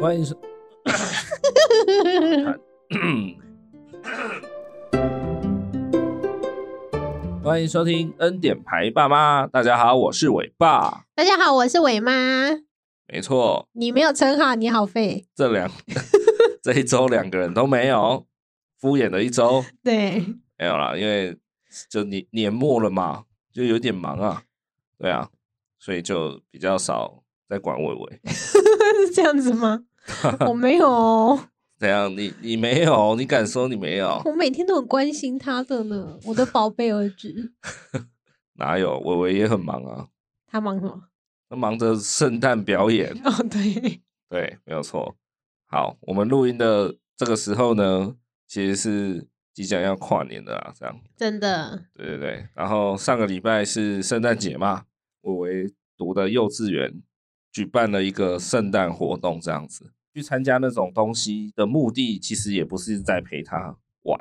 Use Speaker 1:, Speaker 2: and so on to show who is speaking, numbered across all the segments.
Speaker 1: 欢迎收。 欢迎收听《恩典牌爸妈》，大家好，我是伟爸。
Speaker 2: 大家好，我是伟妈。
Speaker 1: 没错，
Speaker 2: 你没有称号，你好废。
Speaker 1: 这两 这一周两个人都没有，敷衍了一周，
Speaker 2: 对，
Speaker 1: 没有啦，因为就年年末了嘛，就有点忙啊，对啊，所以就比较少在管伟伟。
Speaker 2: 是这样子 吗？我没有哦，
Speaker 1: 怎样？你你没有？你敢说你没有？
Speaker 2: 我每天都很关心他的呢，我的宝贝儿子。
Speaker 1: 哪有？伟伟也很忙啊，
Speaker 2: 他忙什么？
Speaker 1: 他忙着圣诞表演。
Speaker 2: 哦，对，
Speaker 1: 对，没有错。好，我们录音的这个时候呢，其实是即将要跨年的啦，这样。
Speaker 2: 真的，
Speaker 1: 对对对。然后上个礼拜是圣诞节嘛，伟伟读的幼稚园举办了一个圣诞活动，这样子。去参加那种东西的目的，其实也不是在陪他玩，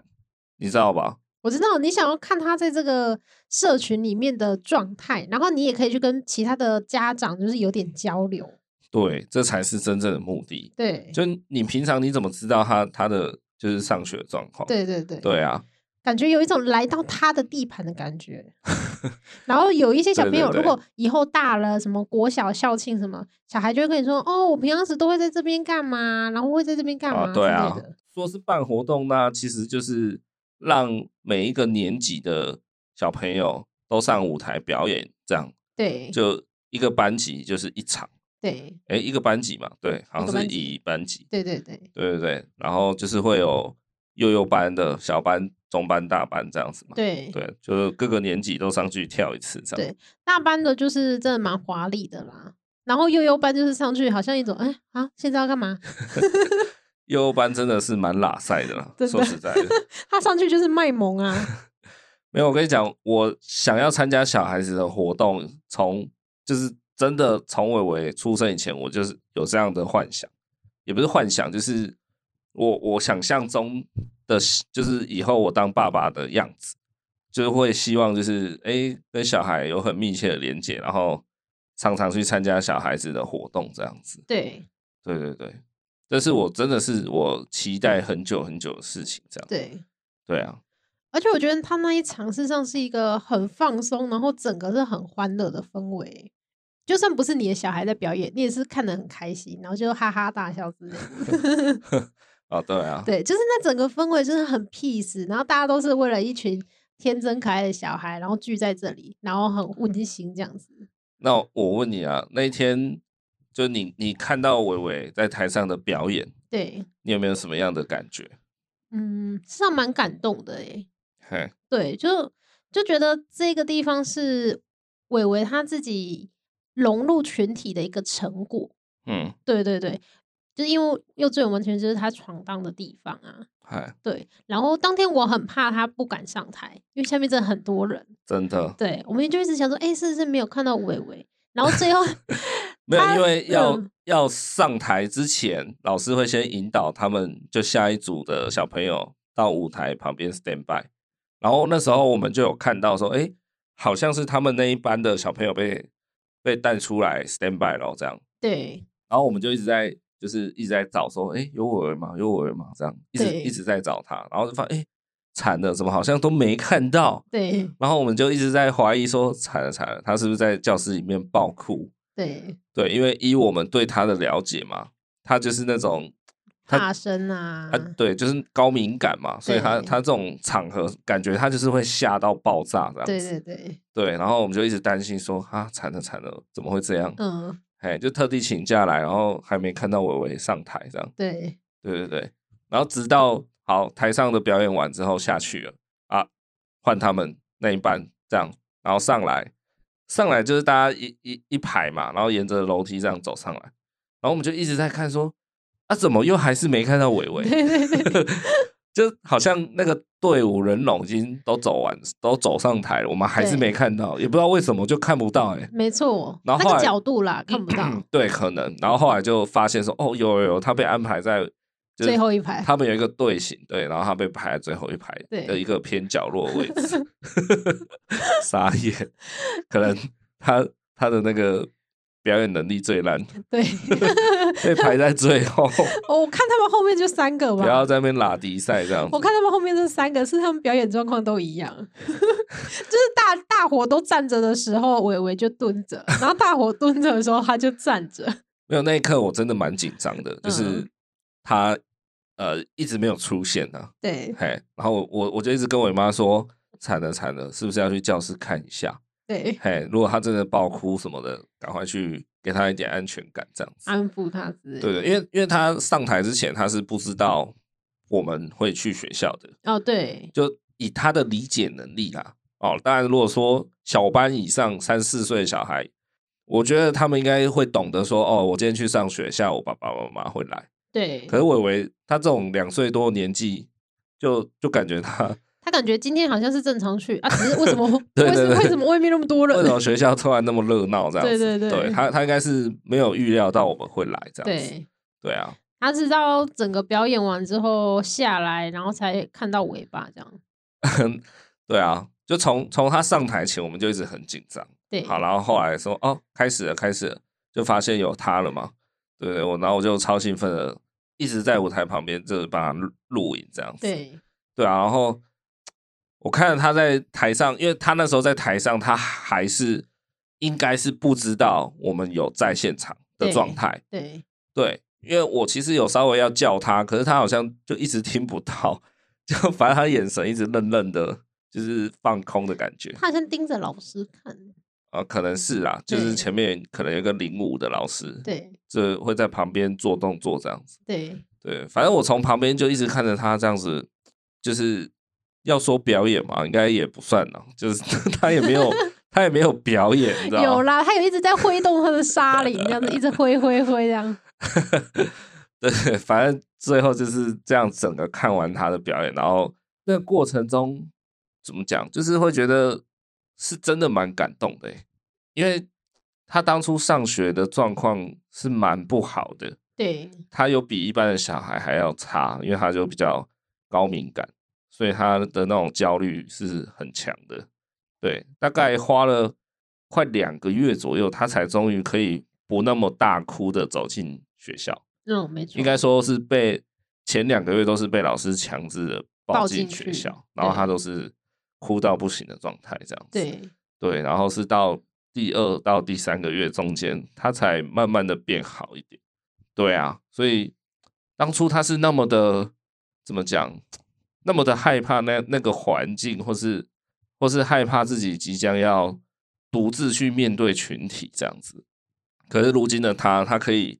Speaker 1: 你知道吧？
Speaker 2: 我知道你想要看他在这个社群里面的状态，然后你也可以去跟其他的家长就是有点交流。
Speaker 1: 对，这才是真正的目的。
Speaker 2: 对，
Speaker 1: 就你平常你怎么知道他他的就是上学的状况？
Speaker 2: 对对对，
Speaker 1: 对啊，
Speaker 2: 感觉有一种来到他的地盘的感觉。然后有一些小
Speaker 1: 对
Speaker 2: 朋
Speaker 1: 对
Speaker 2: 友，
Speaker 1: 对
Speaker 2: 如果以后大了，什么国小校庆什么，小孩就会跟你说：“哦，我平常时都会在这边干嘛，然后会在这边干嘛
Speaker 1: 啊，
Speaker 2: 之
Speaker 1: 对
Speaker 2: 类
Speaker 1: 啊
Speaker 2: 的。，
Speaker 1: 说是办活动那其实就是让每一个年级的小朋友都上舞台表演，这样”
Speaker 2: 对
Speaker 1: 就一个班级就是一场，
Speaker 2: 对
Speaker 1: 哎，一个班级嘛，对，好
Speaker 2: 一个
Speaker 1: 像是
Speaker 2: 班级
Speaker 1: 以班级，
Speaker 2: 对对对
Speaker 1: 对对对，然后就是会有幼幼班的小班、中班、大班这样子嘛，
Speaker 2: 对
Speaker 1: 对，就是各个年级都上去跳一次这样。
Speaker 2: 对大班的就是真的蛮华丽的啦。然后幼幼班就是上去好像一种，哎啊，现在要干嘛？
Speaker 1: 幼幼班真的是蛮拉塞的啦，
Speaker 2: 真的
Speaker 1: 说实在的，
Speaker 2: 他上去就是卖萌 啊，
Speaker 1: 没有我跟你讲，我想要参加小孩子的活动，从就是真的从伟伟出生以前，我就是有这样的幻想，也不是幻想，就是我我想象中的，就是以后我当爸爸的样子，就是会希望就是诶跟小孩有很密切的连接，然后常常去参加小孩子的活动这样子。
Speaker 2: 对
Speaker 1: 对对对，这是我真的是我期待很久很久的事情，这样
Speaker 2: 对。
Speaker 1: 对啊。
Speaker 2: 而且我觉得他那一场事实上是一个很放松，然后整个是很欢乐的氛围。就算不是你的小孩在表演，你也是看得很开心，然后就哈哈大笑之类的。
Speaker 1: 啊，对啊，
Speaker 2: 对，就是那整个氛围就是很 peace，然后大家都是为了一群天真可爱的小孩，然后聚在这里，然后很温馨这样子。
Speaker 1: 那我问你啊，那一天就你你看到伟伟在台上的表演，
Speaker 2: 对，
Speaker 1: 你有没有什么样的感觉？
Speaker 2: 嗯，事实上蛮感动的诶。
Speaker 1: 嘿，
Speaker 2: 对，就就觉得这个地方是伟伟他自己融入群体的一个成果。
Speaker 1: 嗯，
Speaker 2: 对对对，就是因为幼稚园完全就是他闯荡的地方啊。
Speaker 1: 嗨，
Speaker 2: 对，然后当天我很怕他不敢上台，因为下面真的很多人。
Speaker 1: 真的
Speaker 2: 对，我们就一直想说，哎、是不是没有看到伟伟？然后最后
Speaker 1: 没有，
Speaker 2: 他
Speaker 1: 因为要、
Speaker 2: 嗯
Speaker 1: 要上台之前，老师会先引导他们，就下一组的小朋友到舞台旁边 stand by，然后那时候我们就有看到说，哎，好像是他们那一班的小朋友被被带出来 stand by 了这样，
Speaker 2: 对
Speaker 1: 然后我们就一直在就是一直在找说，哎，有我儿吗？有我儿吗？这样一直
Speaker 2: 对
Speaker 1: 一直在找他，然后就发现，哎，惨了，怎么好像都没看到？
Speaker 2: 对
Speaker 1: 然后我们就一直在怀疑说，惨了惨了，他是不是在教室里面暴哭？
Speaker 2: 对，
Speaker 1: 对，因为以我们对他的了解嘛，他就是那种他
Speaker 2: 大声啊
Speaker 1: 他，对，就是高敏感嘛，所以他
Speaker 2: 对
Speaker 1: 他这种场合感觉他就是会吓到爆炸这样子。
Speaker 2: 对对对，
Speaker 1: 对然后我们就一直担心说，啊，惨了惨了，怎么会这样？
Speaker 2: 嗯，
Speaker 1: 哎，就特地请假来，然后还没看到伟伟上台这样。
Speaker 2: 对
Speaker 1: 对对对，然后直到好台上的表演完之后下去了啊，换他们那一班这样，然后上来，上来就是大家一一一排嘛，然后沿着楼梯这样走上来，然后我们就一直在看说啊，怎么又还是没看到伟
Speaker 2: 对
Speaker 1: 伟，
Speaker 2: 对对对
Speaker 1: 就好像那个队伍人龙已经都走完，都走上台了，我们还是
Speaker 2: 对
Speaker 1: 没看到，也不知道为什么就看不到哎、
Speaker 2: 没错，
Speaker 1: 然
Speaker 2: 那
Speaker 1: 后后
Speaker 2: 个
Speaker 1: 来
Speaker 2: 角度啦看不到
Speaker 1: 对，可能，然后后来就发现说哦，有有有，他被安排在 就是
Speaker 2: 最后一排。
Speaker 1: 他们有一个队形，对，然后他被排在最后一排
Speaker 2: 对
Speaker 1: 的一个偏角落位置， 傻眼，可能他他的那个表演能力最 烂，
Speaker 2: 对，
Speaker 1: 被排在最 后，
Speaker 2: 哦我看他们后面就三个
Speaker 1: 不要
Speaker 2: 吧。
Speaker 1: 在那边拉迪赛这样子
Speaker 2: 我。看他们后面这三个是他们表演状况都一样， 就是大大伙都站着的时候，伟伟就蹲着；然后大伙蹲着的时候，他就站着。
Speaker 1: 没有那一刻我真的蛮紧张的，就是
Speaker 2: 嗯
Speaker 1: 他呃一直没有出现啊，
Speaker 2: 对
Speaker 1: 嘿，然后我我我就一直跟我妈说，惨了惨了，是不是要去教室看一下？
Speaker 2: 对，
Speaker 1: 嘿，如果他真的爆哭什么的，赶快去给他一点安全感，这样子。
Speaker 2: 安抚他之类的。
Speaker 1: 对对，因为因为他上台之前他是不知道我们会去学校的，
Speaker 2: 哦，对，
Speaker 1: 就以他的理解能力啦。哦，当然，如果说小班以上三四岁的小孩，我觉得他们应该会懂得说，哦，我今天去上学，下午爸爸妈妈会来。
Speaker 2: 对
Speaker 1: 可，是伟伟他这种两岁多年纪，就就感觉他
Speaker 2: 他感觉今天好像是正常去啊，只是为什 么？
Speaker 1: 对
Speaker 2: 为
Speaker 1: 对
Speaker 2: 什
Speaker 1: 对
Speaker 2: 么为什么外面那么多
Speaker 1: 为什么
Speaker 2: 人？
Speaker 1: 学校突然那么热闹这样子？
Speaker 2: 对对对
Speaker 1: 他他应该是没有预料到我们会来这样子。
Speaker 2: 对，
Speaker 1: 对啊，
Speaker 2: 他直到整个表演完之后下来，然后才看到尾巴这样。
Speaker 1: 对啊，就从从他上台前，我们就一直很紧张。
Speaker 2: 对，
Speaker 1: 好，然后后来说哦，开始了，开始了，就发现有他了嘛。对对，我然后我就超兴奋的，一直在舞台旁边就是帮他录录影这样子。
Speaker 2: 对
Speaker 1: 对啊，然后我看着他在台上，因为他那时候在台上，他还是应该是不知道我们有在现场的
Speaker 2: 对
Speaker 1: 状态。
Speaker 2: 对
Speaker 1: 对，因为我其实有稍微要叫他，可是他好像就一直 听不到，就反正他眼神一直愣愣的，就是放空的感觉。
Speaker 2: 他好像盯着老师看。
Speaker 1: 啊，可能是啦，就是
Speaker 2: 对
Speaker 1: 前面可能有一个领舞的老师，
Speaker 2: 对
Speaker 1: 这会在旁边做动作这样子。
Speaker 2: 对
Speaker 1: 对，反正我从旁边就一直看着他这样子，就是要说表演嘛，应该也不算啦，就是 他也没有他也没有表演，你知道
Speaker 2: 有
Speaker 1: 吗？
Speaker 2: 啦，他有一直在挥动他的沙林，这样子一直挥挥挥这样。
Speaker 1: 对，反正最后就是这样，整个看完他的表演，然后那个过程中怎么讲，就是会觉得是真的蛮感动的欸、因为他当初上学的状况是蛮不好的，
Speaker 2: 对
Speaker 1: 他有比一般的小孩还要差，因为他就比较高敏感，所以他的那种焦虑是很强的。对，大概花了快两个月左右，他才终于可以不那么大哭的走进学校。
Speaker 2: 嗯，没错，
Speaker 1: 应该说是被前两个月都是被老师强制的抱
Speaker 2: 抱
Speaker 1: 进
Speaker 2: 进
Speaker 1: 学
Speaker 2: 去
Speaker 1: 校，然后他都是哭到不行的状态，这样子。
Speaker 2: 对
Speaker 1: 对，然后是到第二到第三个月中间，他才慢慢的变好一点。对啊，所以当初他是那么的怎么讲，那么的害怕那那个环境，或是或是害怕自己即将要独自去面对群体这样子。可是如今的他，他可以，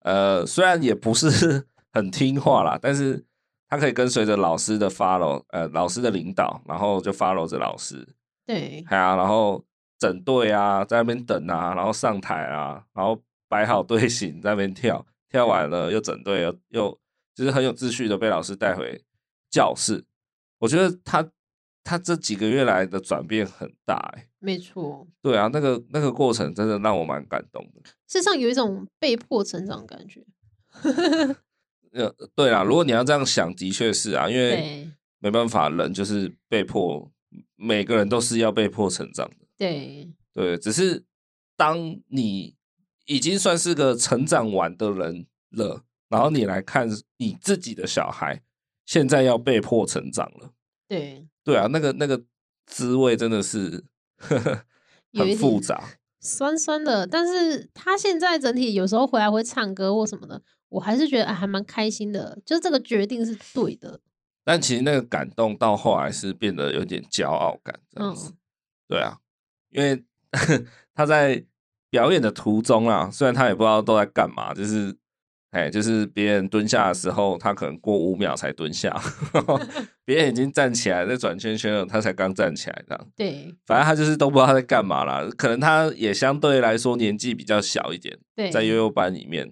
Speaker 1: 呃，虽然也不是 很听话啦，但是他可以跟随着老师的 follow，呃，老师的领导，然后就 follow 着老师，
Speaker 2: 对
Speaker 1: 哎呀，然后整队啊，在那边等啊，然后上台啊，然后摆好队形在那边跳，跳完了又整队，又又就是很有秩序的被老师带回教室。我觉得他他这几个月来的转变很大、欸，
Speaker 2: 没错。
Speaker 1: 对啊，那个那个过程真的让我蛮感动的。
Speaker 2: 世上有一种被迫成长的感觉。
Speaker 1: 呃，对啦，如果你要这样想，的确是啊，因为
Speaker 2: 对
Speaker 1: 没办法，人就是被迫，每个人都是要被迫成长的。
Speaker 2: 对
Speaker 1: 对，只是当你已经算是个成长完的人了，然后你来看你自己的小孩，现在要被迫成长了，
Speaker 2: 对，
Speaker 1: 对啊，那个那个滋味真的是
Speaker 2: 有一
Speaker 1: 很复
Speaker 2: 点
Speaker 1: 杂，
Speaker 2: 酸酸的，但是他现在整体有时候回来会唱歌或什么的，我还是觉得、啊、还蛮开心的，就这个决定是对的。
Speaker 1: 但其实那个感动到后来是变得有点骄傲感，这样
Speaker 2: 嗯
Speaker 1: 子，对啊，因为 他在表演的途中啊，虽然他也不知道都在干嘛，就是。哎，就是别人蹲下的时候，他可能过五秒才蹲下， 别人已经站起来在转圈圈了，他才刚站起来这样。
Speaker 2: 对
Speaker 1: 反正他就是都不知道他在干嘛啦。可能他也相对来说年纪比较小一点，
Speaker 2: 对，
Speaker 1: 在幼幼班里面，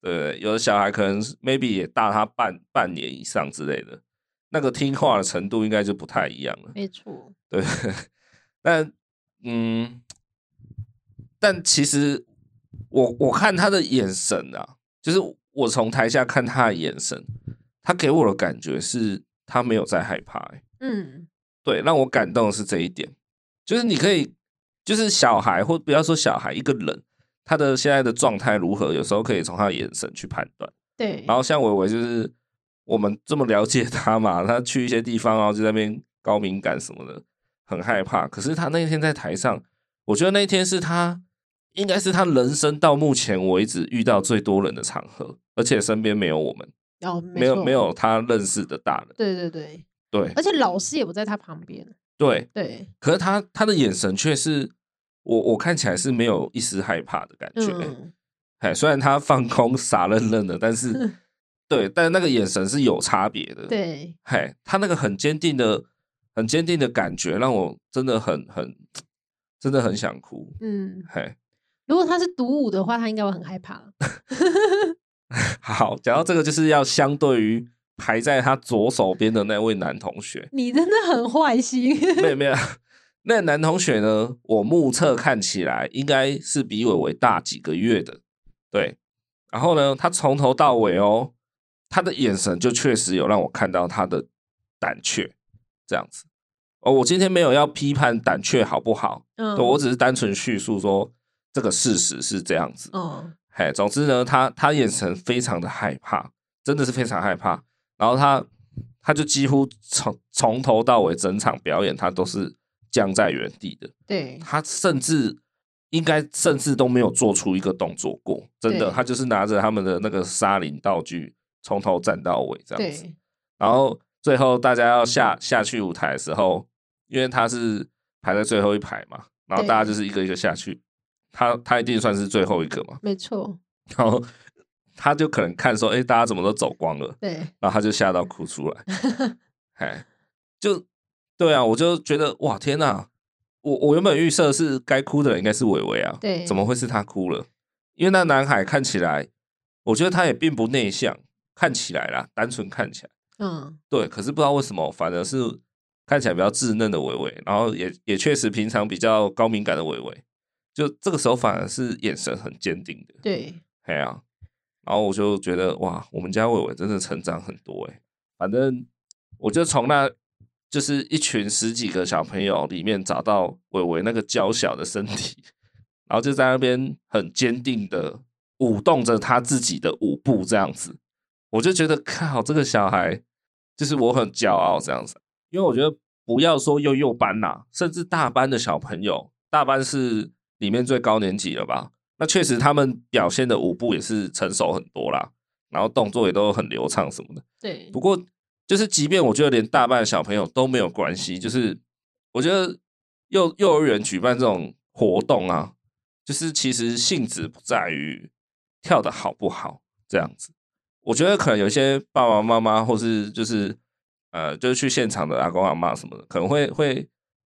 Speaker 1: 对不对？有的小孩可能是 maybe 也大他半半年以上之类的，那个听话的程度应该就不太一样了。
Speaker 2: 没错，
Speaker 1: 对， 但嗯，但其实我我看他的眼神啊，就是我从台下看他的眼神，他给我的感觉是他没有在害怕、欸
Speaker 2: 嗯，
Speaker 1: 对，让我感动的是这一点，就是你可以，就是小孩或不要说小孩一个人，他的现在的状态如何，有时候可以从他的眼神去判断。
Speaker 2: 对，
Speaker 1: 然后像伟伟就是我们这么了解他嘛，他去一些地方然后就在那边高敏感什么的，很害怕。可是他那天在台上，我觉得那天是他应该是他人生到目前为止遇到最多人的场合，而且身边没有我们，
Speaker 2: 哦，没
Speaker 1: 没有
Speaker 2: 错
Speaker 1: 没，有他认识的大人。
Speaker 2: 对对对，
Speaker 1: 对
Speaker 2: 而且老师也不在他旁边，
Speaker 1: 对，
Speaker 2: 对，
Speaker 1: 可是他他的眼神却是我我看起来是没有一丝害怕的感觉、
Speaker 2: 嗯，
Speaker 1: 哎，虽然他放空傻愣愣的，但 是对，但那个眼神是有差别的。，
Speaker 2: 对，
Speaker 1: 嘿，他那个很坚定的、很坚定的感觉，让我真的很很真的很想哭。
Speaker 2: 嗯，
Speaker 1: 嘿，
Speaker 2: 如果他是独舞的话，他应该会很害怕了。，
Speaker 1: 好，讲到这个，就是要相对于排在他左手边的那位男同学
Speaker 2: 你真的很坏心，
Speaker 1: 没有没有，那男同学呢，我目测看起来应该是比伟伟大几个月的，对。然后呢，他从头到尾哦，他的眼神就确实有让我看到他的胆怯，这样子。哦，我今天没有要批判胆怯好不好，
Speaker 2: 嗯，
Speaker 1: 对我只是单纯叙述说这个事实是这样子。
Speaker 2: 嗯，
Speaker 1: 嘿，总之呢，他他眼神非常的害怕，真的是非常害怕。然后他他就几乎从从头到尾整场表演，他都是僵在原地的。
Speaker 2: 对，
Speaker 1: 他甚至应该甚至都没有做出一个动作过，真的，
Speaker 2: 对
Speaker 1: 他就是拿着他们的那个沙林道具从头站到尾这样子。
Speaker 2: 对，
Speaker 1: 然后最后大家要下下去舞台的时候，因为他是排在最后一排嘛，然后
Speaker 2: 对
Speaker 1: 大家就是一个一个下去，他他一定算是最后一个嘛，
Speaker 2: 没错，
Speaker 1: 然后他就可能看说，哎、大家怎么都走光了，
Speaker 2: 对，
Speaker 1: 然后他就吓到哭出来，哎，就对啊，我就觉得哇，天哪、我我原本预设是该哭的人应该是伟伟啊，
Speaker 2: 对
Speaker 1: 怎么会是他哭了？因为那男孩看起来，我觉得他也并不内向，看起来啦，单纯看起来。
Speaker 2: 嗯，
Speaker 1: 对，可是不知道为什么，反而是看起来比较稚嫩的伟伟，然后也也确实平常比较高敏感的伟伟，就这个时候反而是眼神很坚定的，
Speaker 2: 对，
Speaker 1: 哎呀、然后我就觉得哇，我们家伟伟真的成长很多哎、反正我就从那就是一群十几个小朋友里面找到伟伟那个娇小的身体， 然后就在那边很坚定的舞动着他自己的舞步这样子，我就觉得靠这个小孩，就是我很骄傲这样子，因为我觉得不要说幼幼班啦、甚至大班的小朋友，大班是里面最高年级了吧？那确实他们表现的舞步也是成熟很多啦，然后动作也都很流畅什么的。
Speaker 2: 对
Speaker 1: 不，过就是，即便我觉得连大半的小朋友都没有关系，就是我觉得幼幼儿园举办这种活动啊，就是其实性质不在于跳的好不好这样子。我觉得可能有一些爸爸妈妈或是就是呃，就是去现场的阿公阿妈什么的，可能会会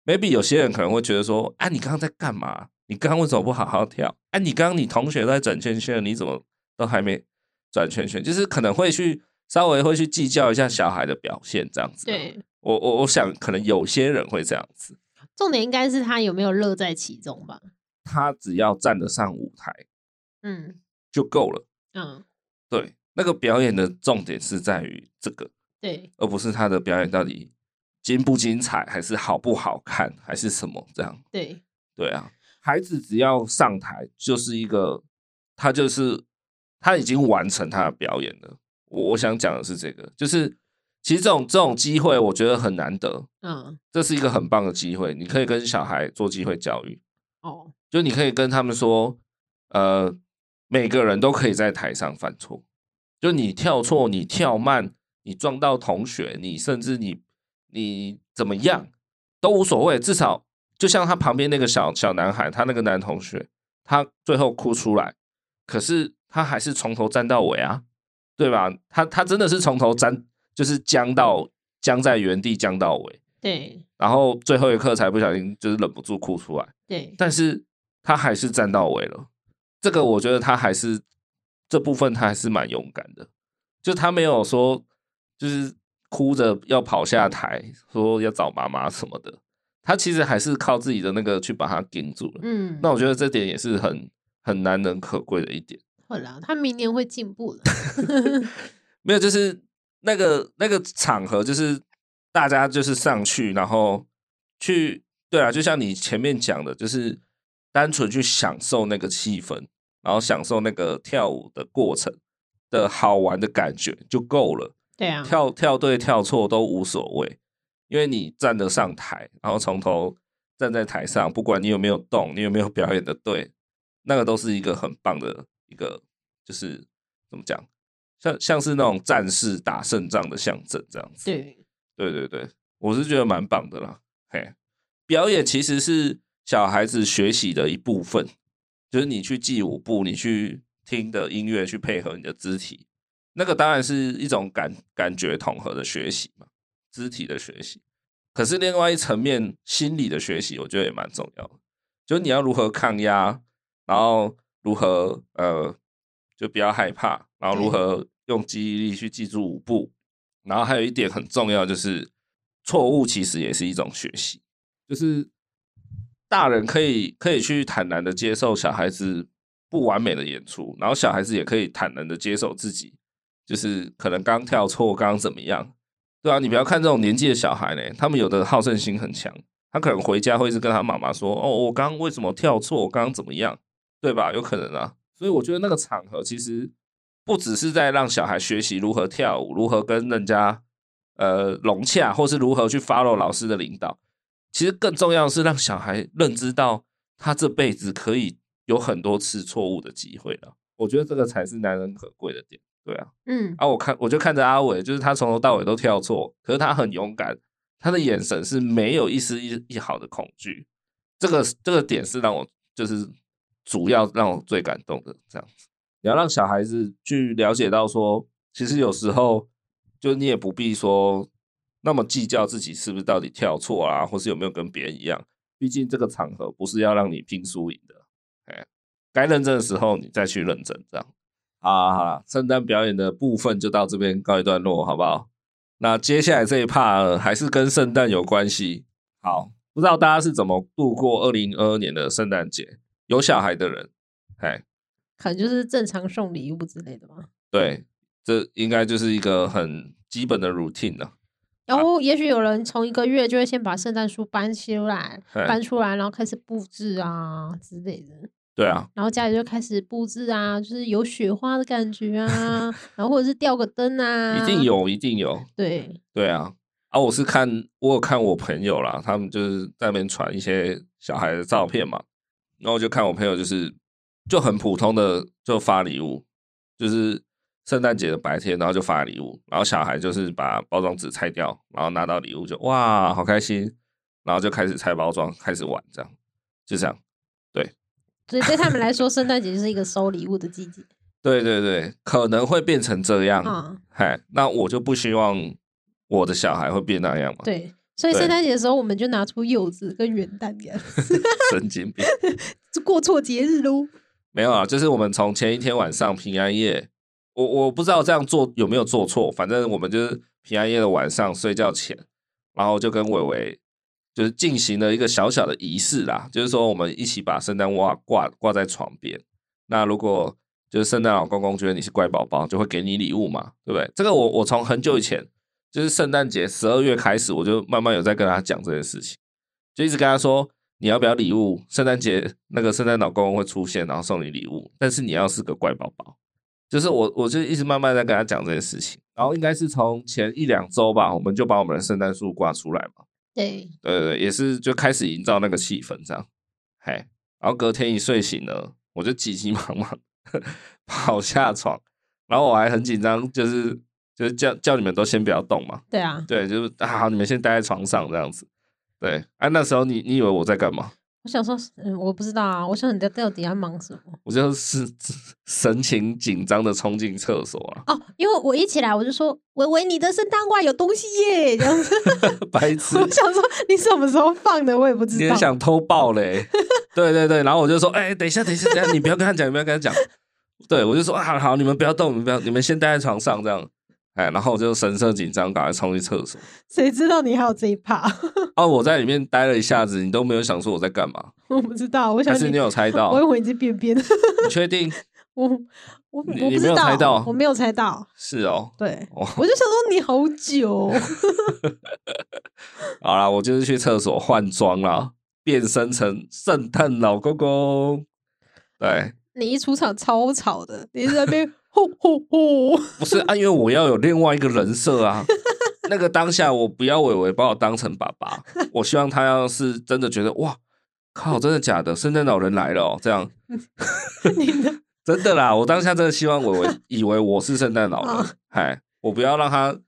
Speaker 1: maybe 有些人可能会觉得说，啊，你刚刚在干嘛？你刚刚为什么不好好跳？啊，你刚刚你同学都在转圈圈，你怎么都还没转圈圈？就是可能会去稍微会去计较一下小孩的表现这样子。，
Speaker 2: 对，
Speaker 1: 我我我想可能有些人会这样子，
Speaker 2: 重点应该是他有没有乐在其中吧？
Speaker 1: 他只要站得上舞台
Speaker 2: 嗯
Speaker 1: 就够了。
Speaker 2: 嗯，
Speaker 1: 对，那个表演的重点是在于这个，
Speaker 2: 对，
Speaker 1: 而不是他的表演到底精不精彩，还是好不好看，还是什么这样。
Speaker 2: 对，
Speaker 1: 对啊，孩子只要上台，就是一个他就是他已经完成他的表演了。我我想讲的是这个，就是其实这种这种机会，我觉得很难得，
Speaker 2: 嗯，
Speaker 1: 这是一个很棒的机会，你可以跟小孩做机会教育，
Speaker 2: 哦，
Speaker 1: 就你可以跟他们说，呃，每个人都可以在台上犯错，就你跳错，你跳慢，你撞到同学，你甚至你你怎么样都无所谓，至少就像他旁边那个小小男孩，他那个男同学，他最后哭出来，可是他还是从头站到尾啊，对吧？他他真的是从头站，就是僵到僵在原地僵到尾。
Speaker 2: 对
Speaker 1: 然后最后一刻才不小心就是忍不住哭出来，
Speaker 2: 对
Speaker 1: 但是他还是站到尾了。这个我觉得他还是这部分他还是蛮勇敢的，就他没有说就是哭着要跑下台说要找妈妈什么的，他其实还是靠自己的那个去把他顶住了。
Speaker 2: 嗯，
Speaker 1: 那我觉得这点也是很很难能可贵的一点。
Speaker 2: 会啦，他明年会进步 的。
Speaker 1: 没有，就是那个那个场合，就是大家就是上去，然后去，对啊，就像你前面讲的，就是单纯去享受那个气氛，然后享受那个跳舞的过程的好玩的感觉就够了。
Speaker 2: 对啊，
Speaker 1: 跳跳对跳错都无所谓，因为你站得上台，然后从头站在台上，不管你有没有动，你有没有表演的对，那个都是一个很棒的一个，就是怎么讲，像像是那种战士打胜仗的象征这样子。
Speaker 2: 对，
Speaker 1: 对对对，我是觉得蛮棒的啦。嘿，表演其实是小孩子学习的一部分，就是你去记舞步，你去听的音乐去配合你的肢体，那个当然是一种感感觉统合的学习嘛，肢体的学习。可是另外一层面，心理的学习，我觉得也蛮重要的，就是你要如何抗压，然后如何呃，就不要害怕，然后如何用记忆力去记住舞步。然后还有一点很重要，就是错误其实也是一种学习，就是大人可以可以去坦然的接受小孩子不完美的演出，然后小孩子也可以坦然的接受自己，就是可能刚跳错，刚怎么样，对啊，你不要看这种年纪的小孩嘞，他们有的好胜心很强，他可能回家会是跟他妈妈说：“哦，我刚刚为什么跳错？我刚刚怎么样？”对吧？有可能啊。所以我觉得那个场合其实不只是在让小孩学习如何跳舞，如何跟人家呃融洽，或是如何去 follow 老师的领导。其实更重要的是让小孩认知到，他这辈子可以有很多次错误的机会了。我觉得这个才是难能可贵的点。对啊，
Speaker 2: 嗯，
Speaker 1: 啊，我看我就看着阿伟，就是他从头到尾都跳错，可是他很勇敢，他的眼神是没有一丝一一毫的恐惧。这个这个点是让我就是主要让我最感动的这样子。你要让小孩子去了解到说，其实有时候就你也不必说那么计较自己是不是到底跳错啦、或是有没有跟别人一样。毕竟这个场合不是要让你拼输赢的，哎，该认真的时候你再去认真这样。好啦好啦，圣诞表演的部分就到这边告一段落，好不好？那接下来这一 part 呃还是跟圣诞有关系。好，不知道大家是怎么度过二零二二年的圣诞节？有小孩的人，哎，
Speaker 2: 可能就是正常送礼物之类的嘛。
Speaker 1: 对，这应该就是一个很基本的 routine 了、啊
Speaker 2: 然后，哦也许有人从一个月就会先把圣诞树搬出来，
Speaker 1: 嘿
Speaker 2: 搬出来，然后开始布置啊之类的，
Speaker 1: 对啊，
Speaker 2: 然后家里就开始布置啊，就是有雪花的感觉啊，然后或者是吊个 灯啊，
Speaker 1: 一定。有，一定有，
Speaker 2: 对，
Speaker 1: 对啊。啊，我是看我有看我朋友啦，他们就是在那边传一些小孩的照片嘛，然后我就看我朋友就是就很普通的就发礼物，就是圣诞节的白天，然后就发礼物，然后小孩就是把包装纸拆掉，然后拿到礼物就哇好开心，然后就开始拆包装，开始玩这样，就这样。
Speaker 2: 所以对他们来说，圣诞节就是一个收礼物的 季节
Speaker 1: 对对对，可能会变成这样，
Speaker 2: 啊。
Speaker 1: 嗨，那我就不希望我的小孩会变那样嘛，
Speaker 2: 对，所以
Speaker 1: 对
Speaker 2: 圣诞节的时候，我们就拿出柚子跟元旦给他
Speaker 1: 神经病。
Speaker 2: 就过错节 日喽。
Speaker 1: 没有啊，就是我们从前一天晚上平安夜，我我不知道这样做有没有做错，反正我们就是平安夜的晚上睡觉前，然后就跟伟伟就是进行了一个小小的仪式啦，就是说我们一起把圣诞袜挂挂在床边。那如果就是圣诞老公公觉得你是乖宝宝，就会给你礼物嘛，对不对？这个我我从很久以前，就是圣诞节十二月开始，我就慢慢有在跟他讲这件事情。就一直跟他说你要不要礼物，圣诞节那个圣诞老公公会出现，然后送你礼物，但是你要是个乖宝宝。就是我，我就一直慢慢在跟他讲这件事情，然后应该是从前一两周吧，我们就把我们的圣诞树挂出来嘛，
Speaker 2: 对，
Speaker 1: 对对对，也是就开始营造那个气氛这样，嘿，然后隔天一睡醒呢，我就急急忙忙 跑下床，然后我还很紧张，就是就是叫叫你们都先不要动嘛，
Speaker 2: 对啊，
Speaker 1: 对，就是啊，好你们先待在床上这样子。对，啊，那时候你你以为我在干嘛？
Speaker 2: 我想说，嗯，我不知道啊，我想你在到底在忙什么？
Speaker 1: 我就是 神情紧张的冲进厕所啊，
Speaker 2: 哦，因为我一起来我就说，维维，你的圣诞袜有东西耶，这样子。
Speaker 1: 白痴，
Speaker 2: 我想说你什么时候放的，我也不
Speaker 1: 你
Speaker 2: 知
Speaker 1: 也
Speaker 2: 道。
Speaker 1: 想偷爆嘞、 对对对，然后我就说，哎、等一下，等一下，等一下，你不要跟他讲，你不要跟他讲。对，我就说啊，好，你们不要动，你们不要，你们先待在床上这样。哎，然后我就神色紧张，赶快冲去厕所。
Speaker 2: 谁知道你还有这一趴？
Speaker 1: 哦，我在里面待了一下子，你都没有想说我在干嘛，
Speaker 2: 我不知道，我想
Speaker 1: 还是你有猜到
Speaker 2: 我以？为你是便便，
Speaker 1: 你确定？
Speaker 2: 我我我不
Speaker 1: 你你没
Speaker 2: 知
Speaker 1: 有猜
Speaker 2: 道，
Speaker 1: 到
Speaker 2: 我没有猜到。
Speaker 1: 是哦，
Speaker 2: 对，
Speaker 1: 哦
Speaker 2: 我就想说你好 久哦、
Speaker 1: 好啦，我就是去厕所换装啦，变身成圣诞老公公。对，
Speaker 2: 你一出场超吵的，你一直在那边吼吼吼，
Speaker 1: 不是啊，因为我要有另外一个人设啊。那个当下，我不要伟伟把我当成爸爸，我希望他要是真的觉得哇靠，真的假的，圣诞老人来了、哦，这样
Speaker 2: 你的
Speaker 1: 真的啦。我当下真的希望伟伟以为我是圣诞老
Speaker 2: 哦
Speaker 1: 人，哎，我不要让他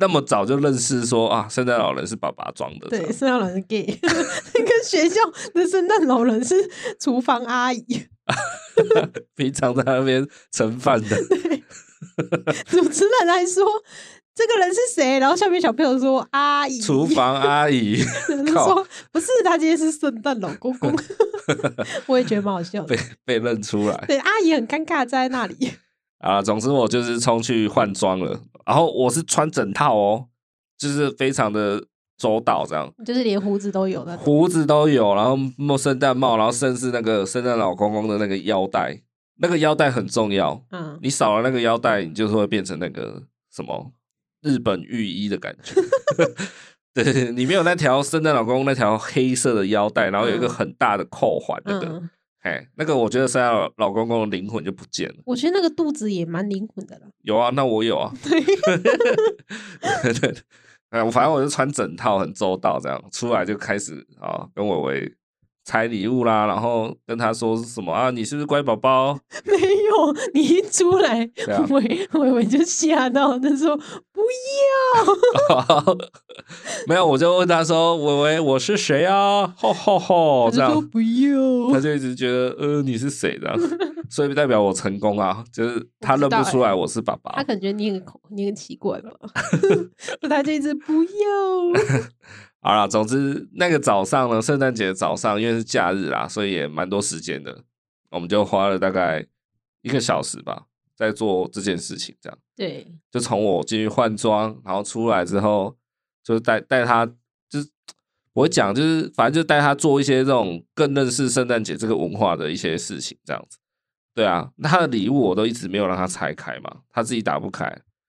Speaker 1: 那么早就认识说啊，圣诞老人是爸爸装的。这
Speaker 2: 对
Speaker 1: 样
Speaker 2: 圣诞老人是 gay，跟 学校的圣诞老人是厨房阿姨，
Speaker 1: 平常在那边盛饭的，
Speaker 2: 主持人还说这个人是谁，然后下面小朋友说阿姨，
Speaker 1: 厨房阿姨
Speaker 2: 人
Speaker 1: 靠
Speaker 2: 说不是，他今天是圣诞老公 公， 我也觉得蛮好笑的
Speaker 1: 被。被认出 来
Speaker 2: 对，阿姨很尴尬站在那里，
Speaker 1: 啊。总之我就是冲去换装了，然后我是穿整套哦，就是非常的周到这样。
Speaker 2: 就是连胡子都有的。
Speaker 1: 胡子都有，然后帽圣诞帽，然后甚至那个圣诞老公公的那个腰带，那个腰带很重要，
Speaker 2: 嗯，
Speaker 1: 你少了那个腰带，你就是会变成那个什么日本浴衣的感觉。 对，里面有那条圣诞老公公那条黑色的腰带，然后有一个
Speaker 2: 嗯
Speaker 1: 很大的扣环，那个，
Speaker 2: 嗯，
Speaker 1: 哎、那个我觉得圣诞老老公公的灵魂就不见了。
Speaker 2: 我觉得那个肚子也蛮灵魂的啦。
Speaker 1: 有啊，那我有啊。 对对对，哎，我反正我就穿整套，很周到，这样出来就开始啊，跟伟伟拆礼物啦，然后跟他说什么啊，你是不是乖宝宝？
Speaker 2: 没有，你一出来
Speaker 1: 啊，
Speaker 2: 伟伟伟就吓到，他说不要，
Speaker 1: 没有，我就问他说，伟伟，我是谁啊？吼吼吼，这
Speaker 2: 他说
Speaker 1: 样。
Speaker 2: 不要
Speaker 1: 他。就一直觉得，呃，你是谁这样，所以代表我成功啊，就是他认不出来我是爸爸。
Speaker 2: 他可能觉得你很恐，你很奇 怪吧？那他就一直不要，
Speaker 1: 好啦，总之那个早上呢，圣诞节的早上，因为是假日啦，所以也蛮多时间的，我们就花了大概一个小时吧，在做这件事情。这样，
Speaker 2: 对，
Speaker 1: 就从我进去换装，然后出来之后，就是带带他，就是我讲就是，反正就带他做一些这种更认识圣诞节这个文化的一些事情，这样子。对啊，那他的礼物我都一直没有让他拆开嘛，他自己打不开，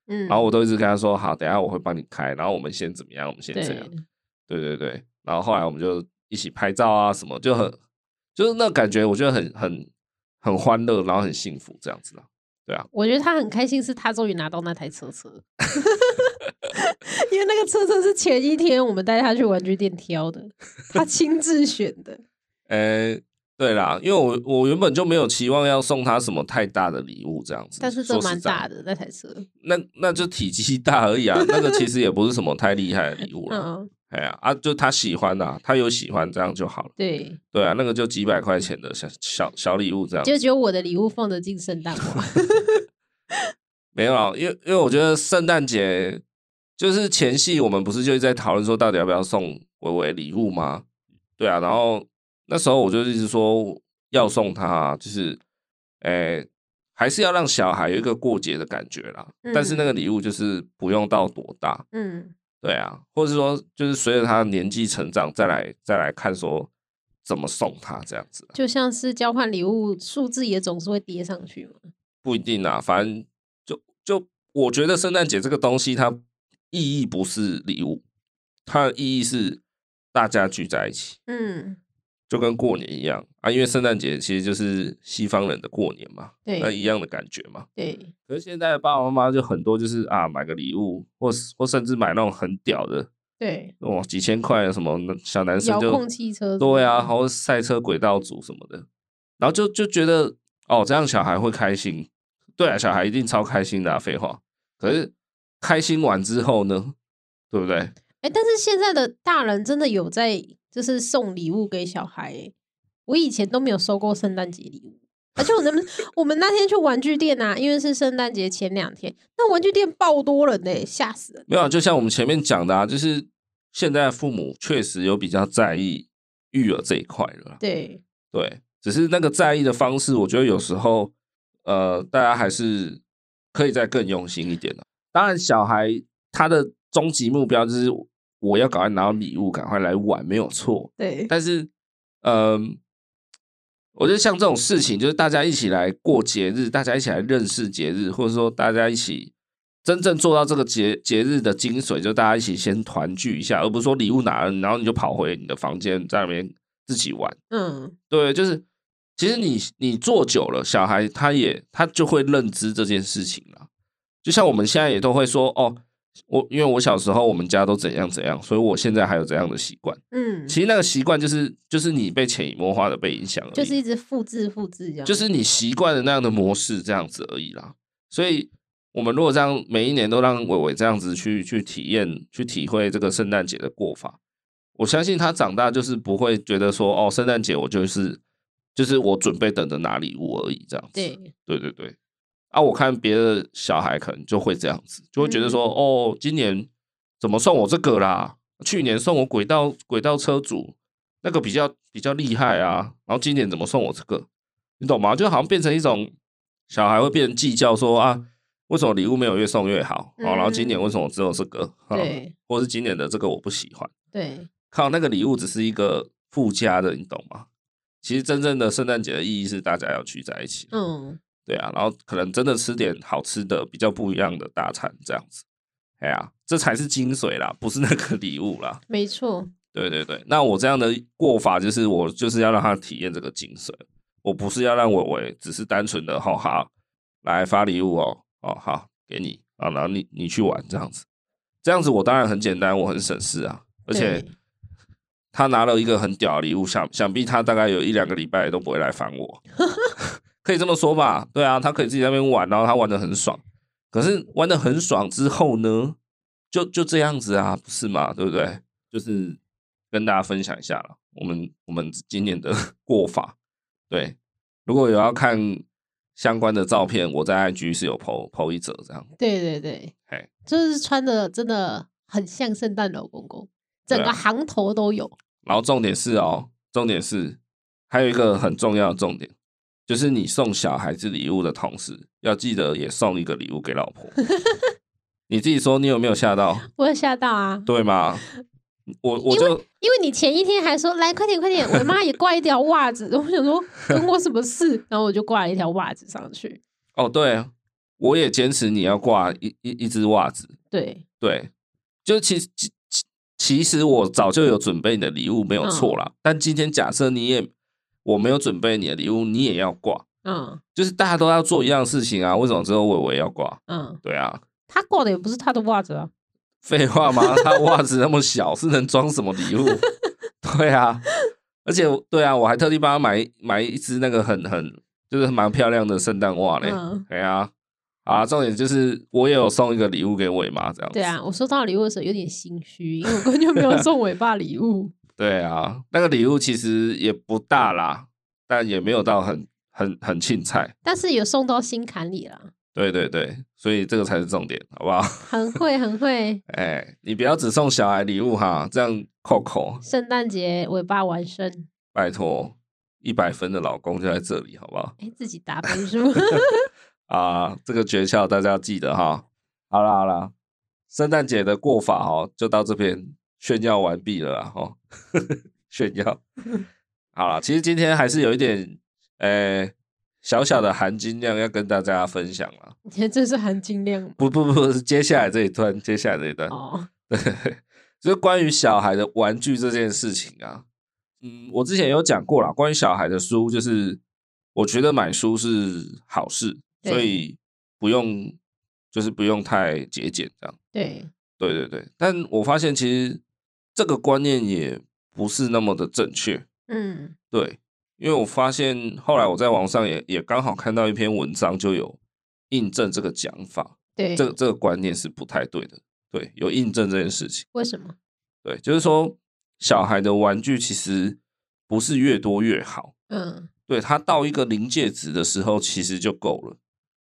Speaker 2: 嗯，
Speaker 1: 然后我都一直跟他说，好，等一下我会帮你开，然后我们先怎么样，我们先
Speaker 2: 对
Speaker 1: 怎样。对对对，然后后来我们就一起拍照啊，什么就很就是那感觉，我觉得很很很欢乐，然后很幸福这样子啦。
Speaker 2: 我觉得他很开心，是他终于拿到那台车车， 因为那个车车是前一天我们带他去玩具店挑的，他亲自选的。
Speaker 1: 呃，对啦，因为我我原本就没有期望要送他什么太大的礼物这样子，
Speaker 2: 但是这
Speaker 1: 说实
Speaker 2: 蛮
Speaker 1: 在
Speaker 2: 大，的那台车，
Speaker 1: 那那就体积大而已啊，那个其实也不是什么太厉害的礼 物了。
Speaker 2: 嗯，
Speaker 1: 哎呀啊，就他喜欢啦、他有喜欢这样就好了。
Speaker 2: 对，
Speaker 1: 对啊，那个就几百块钱的小小小礼物这样子。
Speaker 2: 就只有我的礼物放得进圣诞花，
Speaker 1: 没有啊，因为因为我觉得圣诞节就是前戏，我们不是就一直在讨论说到底要不要送伟伟礼物吗？对啊，然后那时候我就一直说要送他，啊就是诶、还是要让小孩有一个过节的感觉啦。
Speaker 2: 嗯
Speaker 1: 但是那个礼物就是不用到多大，
Speaker 2: 嗯，
Speaker 1: 对啊，或者是说就是随着他的年纪成长，再来再来看说怎么送他这样子，
Speaker 2: 就像是交换礼物，数字也总是会叠上去嘛。
Speaker 1: 不一定啊，反正就就我觉得圣诞节这个东西，它意义不是礼物，它的意义是大家聚在一起，
Speaker 2: 嗯，
Speaker 1: 就跟过年一样啊。因为圣诞节其实就是西方人的过年嘛，那
Speaker 2: 对
Speaker 1: 一样的感觉嘛。
Speaker 2: 对，
Speaker 1: 可是现在的爸爸妈妈就很多就是啊，买个礼物，或是或甚至买那种很屌的，
Speaker 2: 对，
Speaker 1: 哇，几千块的什么小男生
Speaker 2: 遥
Speaker 1: 就
Speaker 2: 控汽车，
Speaker 1: 对啊，，或赛车轨道组什么的，然后就就觉得哦，这样小孩会开心，对啊，小孩一定超开心的、啊，废话。可是开心完之后呢，对不对？
Speaker 2: 哎、但是现在的大人真的有在就是送礼物给小孩、欸，我以前都没有收过圣诞节礼物。而且我们我们那天去玩具店啊，因为是圣诞节前两天，那玩具店爆多人呢、欸吓死人！
Speaker 1: 没有啊，就像我们前面讲的啊，就是现在父母确实有比较在意育儿这一块了啦，
Speaker 2: 对，
Speaker 1: 对，只是那个在意的方式，我觉得有时候呃，大家还是可以再更用心一点的。啊当然，小孩他的终极目标就是我要赶快拿到礼物，赶快来玩，没有错。
Speaker 2: 对，
Speaker 1: 但是，嗯，我觉得像这种事情，就是大家一起来过节日，大家一起来认识节日，或者说大家一起真正做到这个节节日的精髓，就大家一起先团聚一下，而不是说礼物拿了，然后你就跑回你的房间在那边自己玩。
Speaker 2: 嗯，
Speaker 1: 对，就是其实你你做久了，小孩他也他就会认知这件事情了。就像我们现在也都会说哦，我因为我小时候我们家都怎样怎样，所以我现在还有怎样的习惯。
Speaker 2: 嗯，
Speaker 1: 其实那个习惯就是就是你被潜移默化的被影响而已，
Speaker 2: 就是一直复制复制这样，
Speaker 1: 就是你习惯了那样的模式这样子而已啦。所以，我们如果这样每一年都让伟伟这样子去去体验、去体会这个圣诞节的过法，我相信他长大就是不会觉得说哦，圣诞节我就是就是我准备等着拿礼物而已这样子。
Speaker 2: 对，
Speaker 1: 对对对啊，我看别的小孩可能就会这样子，就会觉得说、哦，今年怎么送我这个啦？去年送我轨道轨道车主那个比较比较厉害啊，然后今年怎么送我这个？你懂吗？就好像变成一种小孩会变成计较说啊，为什么礼物没有越送越好？哦，然后今年为什么只有这个？啊
Speaker 2: 对
Speaker 1: 或是今年的这个我不喜欢。
Speaker 2: 对，
Speaker 1: 靠，那个礼物只是一个附加的，你懂吗？其实真正的圣诞节的意义是大家要聚在一起。
Speaker 2: 嗯，
Speaker 1: 对啊，然后可能真的吃点好吃的，比较不一样的大餐这样子。哎呀、这才是精髓啦，不是那个礼物啦。
Speaker 2: 没错，
Speaker 1: 对对对，那我这样的过法就是我就是要让他体验这个精髓，我不是要让伟伟只是单纯的哈哈来发礼物哦哦好给你啊，然后你你去玩这样子，这样子我当然很简单，我很省事啊，而且
Speaker 2: 对
Speaker 1: 他拿了一个很屌的礼物，想想必他大概有一两个礼拜都不会来烦我， 可以这么说吧？对啊，他可以自己在那边玩，然后他玩的很爽。可是玩的很爽之后呢，就就这样子啊，不是嘛？对不对？就是跟大家分享一下了，我们我们今年的过法。对，如果有要看相关的照片，我在 IG 是有 PO PO 一则这样。
Speaker 2: 对对对
Speaker 1: 嘿，
Speaker 2: 就是穿的真的很像圣诞老公公，整
Speaker 1: 对
Speaker 2: 个
Speaker 1: 啊
Speaker 2: 行头都有，
Speaker 1: 然后重点是哦，重点是还有一个很重要的重点，就是你送小孩子礼物的同时，要记得也送一个礼物给老 婆。你自己说，你有没有吓到？
Speaker 2: 我有吓到啊，
Speaker 1: 对吗？我我就
Speaker 2: 因为你前一天还说来快点快点，我妈也挂一条袜子，我 想说跟我什么事，然后我就挂了一条袜子上去。
Speaker 1: 哦，对，我也坚持你要挂一一一只袜子。
Speaker 2: 对，
Speaker 1: 对，就其实其其其实我早就有准备你的礼物，没
Speaker 2: 嗯
Speaker 1: 有错啦。但今天假设你也我没有准备你的礼物，你也要挂，
Speaker 2: 嗯
Speaker 1: 就是大家都要做一样的事情啊。为什么只有伟伟要挂？
Speaker 2: 嗯，
Speaker 1: 对啊，
Speaker 2: 她挂的也不是她的袜子啊，
Speaker 1: 废话嘛， 他袜子那么小，是能装什么礼物？ 对啊，而且我对啊，我还特地帮他买买一只那个很很就是蛮漂亮的圣诞袜嘞。
Speaker 2: 嗯，
Speaker 1: 对啊，啊，重点就是我也有送一个礼物给伟妈这样子。
Speaker 2: 对啊，我收到礼物的时候有点心虚，因为我根本就没有送尾巴礼物。
Speaker 1: 对啊，那个礼物其实也不大啦，但也没有到很很很庆菜。
Speaker 2: 但是有送到心坎里了，
Speaker 1: 对对对，所以这个才是重点，好不好？
Speaker 2: 很会很会。
Speaker 1: 哎、你不要只送小孩礼物哈，这样扣扣，
Speaker 2: 圣诞节尾巴完胜，
Speaker 1: 拜托，一百分的老公就在这里，好不好？
Speaker 2: 哎，自己打 分数。
Speaker 1: 啊，这个诀窍大家要记得哈。好啦好啦，圣诞节的过法哦，就到这边炫耀完毕了啦哦， 炫耀。好啦，其实今天还是有一点呃小小的含金量要跟大家分享啦。
Speaker 2: 你看这是含金量吗
Speaker 1: 不不不，是接下来这一段，接下来这一段，
Speaker 2: 哦，
Speaker 1: 对， 就是关于小孩的玩具这件事情啊，嗯，我之前有讲过啦，关于小孩的书，就是我觉得买书是好事，
Speaker 2: 对
Speaker 1: 所以不用就是不用太节俭这样。
Speaker 2: 对，
Speaker 1: 对对对，但我发现其实这个观念也不是那么的正确，
Speaker 2: 嗯
Speaker 1: 对，因为我发现后来我在网上也也刚好看到一篇文章，就有印证这个讲法，
Speaker 2: 对，
Speaker 1: 这个这个观念是不太对的，对，有印证这件事情。
Speaker 2: 为什么？
Speaker 1: 对，就是说小孩的玩具其实不是越多越好，
Speaker 2: 嗯
Speaker 1: 对他到一个临界值的时候其实就够了，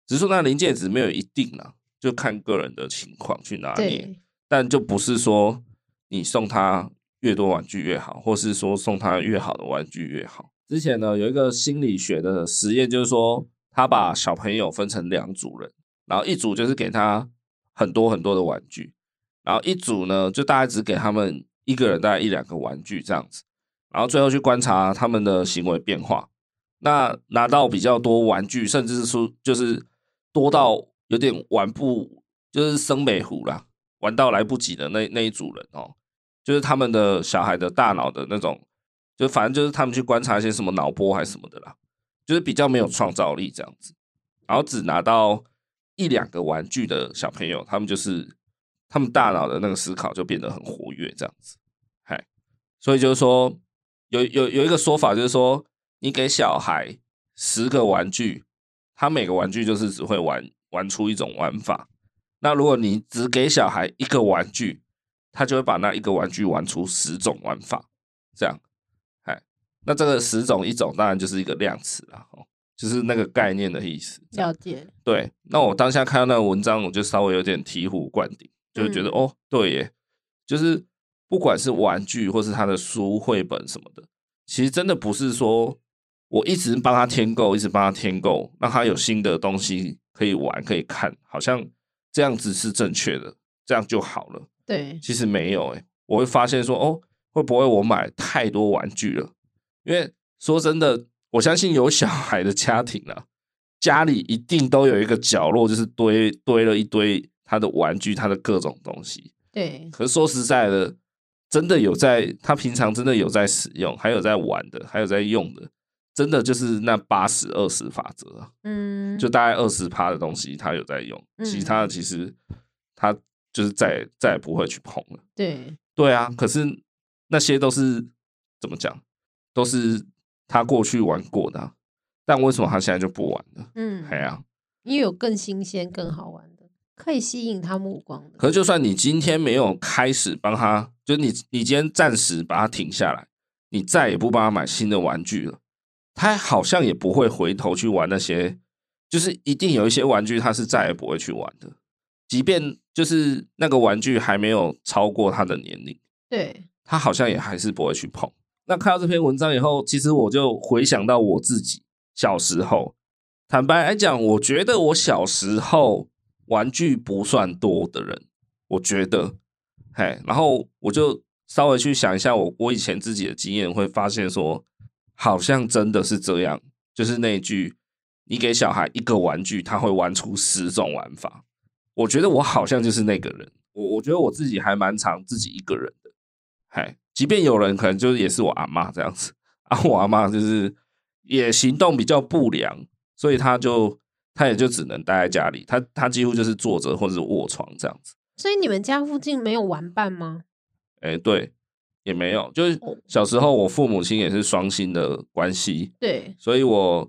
Speaker 1: 只是说那临界值没有一定啦，就看个人的情况去拿捏，
Speaker 2: 对，
Speaker 1: 但就不是说你送他越多玩具越好，或是说送他越好的玩具越好。之前呢有一个心理学的实验，就是说他把小朋友分成两组人，然后一组就是给他很多很多的玩具，然后一组呢，就大概只给他们一个人大概一两个玩具这样子，然后最后去观察他们的行为变化。那拿到比较多玩具，甚至是说就是多到有点玩不，就是生美虎啦，玩到来不及的那那一组人哦，就是他们的小孩的大脑的那种，就反正就是他们去观察一些什么脑波还是什么的啦，就是比较没有创造力这样子，然后只拿到一两个玩具的小朋友，他们就是他们大脑的那个思考就变得很活跃这样子，嗨，所以就是说有有有一个说法就是说，你给小孩十个玩具，他每个玩具就是只会玩玩出一种玩法，那如果你只给小孩一个玩具，他就会把那一个玩具玩出十种玩法，这样。哎，那这个十种一种当然就是一个量词啦，哦，就是那个概念的意思。这样
Speaker 2: 了解，
Speaker 1: 对，那我当下看到那个文章，我就稍微有点醍醐灌顶，就觉得、哦，对耶，就是不管是玩具或是他的书、绘本什么的，其实真的不是说我一直帮他添购，一直帮他添购，让他有新的东西可以玩、可以看，好像这样子是正确的，这样就好了。
Speaker 2: 对，
Speaker 1: 其实没有诶、欸我会发现说，哦，会不会我买太多玩具了？因为说真的，我相信有小孩的家庭啊，家里一定都有一个角落，就是堆堆了一堆他的玩具，他的各种东西。
Speaker 2: 对，
Speaker 1: 可是说实在的，真的有在他平常真的有在使用，还有在玩的，还有在用的，真的就是那八十二十法则啊。
Speaker 2: 嗯，
Speaker 1: 就大概二十趴的东西他有在用，
Speaker 2: 嗯
Speaker 1: 其他的其实他就是再也再也不会去碰了。
Speaker 2: 对，
Speaker 1: 对啊，可是那些都是怎么讲，都是他过去玩过的啊、但为什么他现在就不玩了？
Speaker 2: 嗯，
Speaker 1: 哎呀、
Speaker 2: 因为有更新鲜、更好玩的，可以吸引他目光的，
Speaker 1: 可是就算你今天没有开始帮他，就是你你今天暂时把他停下来，你再也不帮他买新的玩具了，他好像也不会回头去玩那些，就是一定有一些玩具他是再也不会去玩的，即便就是那个玩具还没有超过他的年龄，
Speaker 2: 对，
Speaker 1: 他好像也还是不会去碰。那看到这篇文章以后，其实我就回想到我自己小时候。坦白来讲，我觉得我小时候玩具不算多的人，我觉得，嘿，然后我就稍微去想一下我我以前自己的经验，会发现说，好像真的是这样，就是那一句，你给小孩一个玩具，他会玩出十种玩法。我觉得我好像就是那个人，我我觉得我自己还蛮常自己一个人的，嘿，即便有人可能就是也是我阿妈这样子，啊，我阿妈就是也行动比较不良，所以她就她也就只能待在家里，她她几乎就是坐着或者是卧床这样子。
Speaker 2: 所以你们家附近没有玩伴吗？
Speaker 1: 哎、对，也没有，就是
Speaker 2: 哦
Speaker 1: 小时候我父母亲也是双薪的关系，
Speaker 2: 对，
Speaker 1: 所以我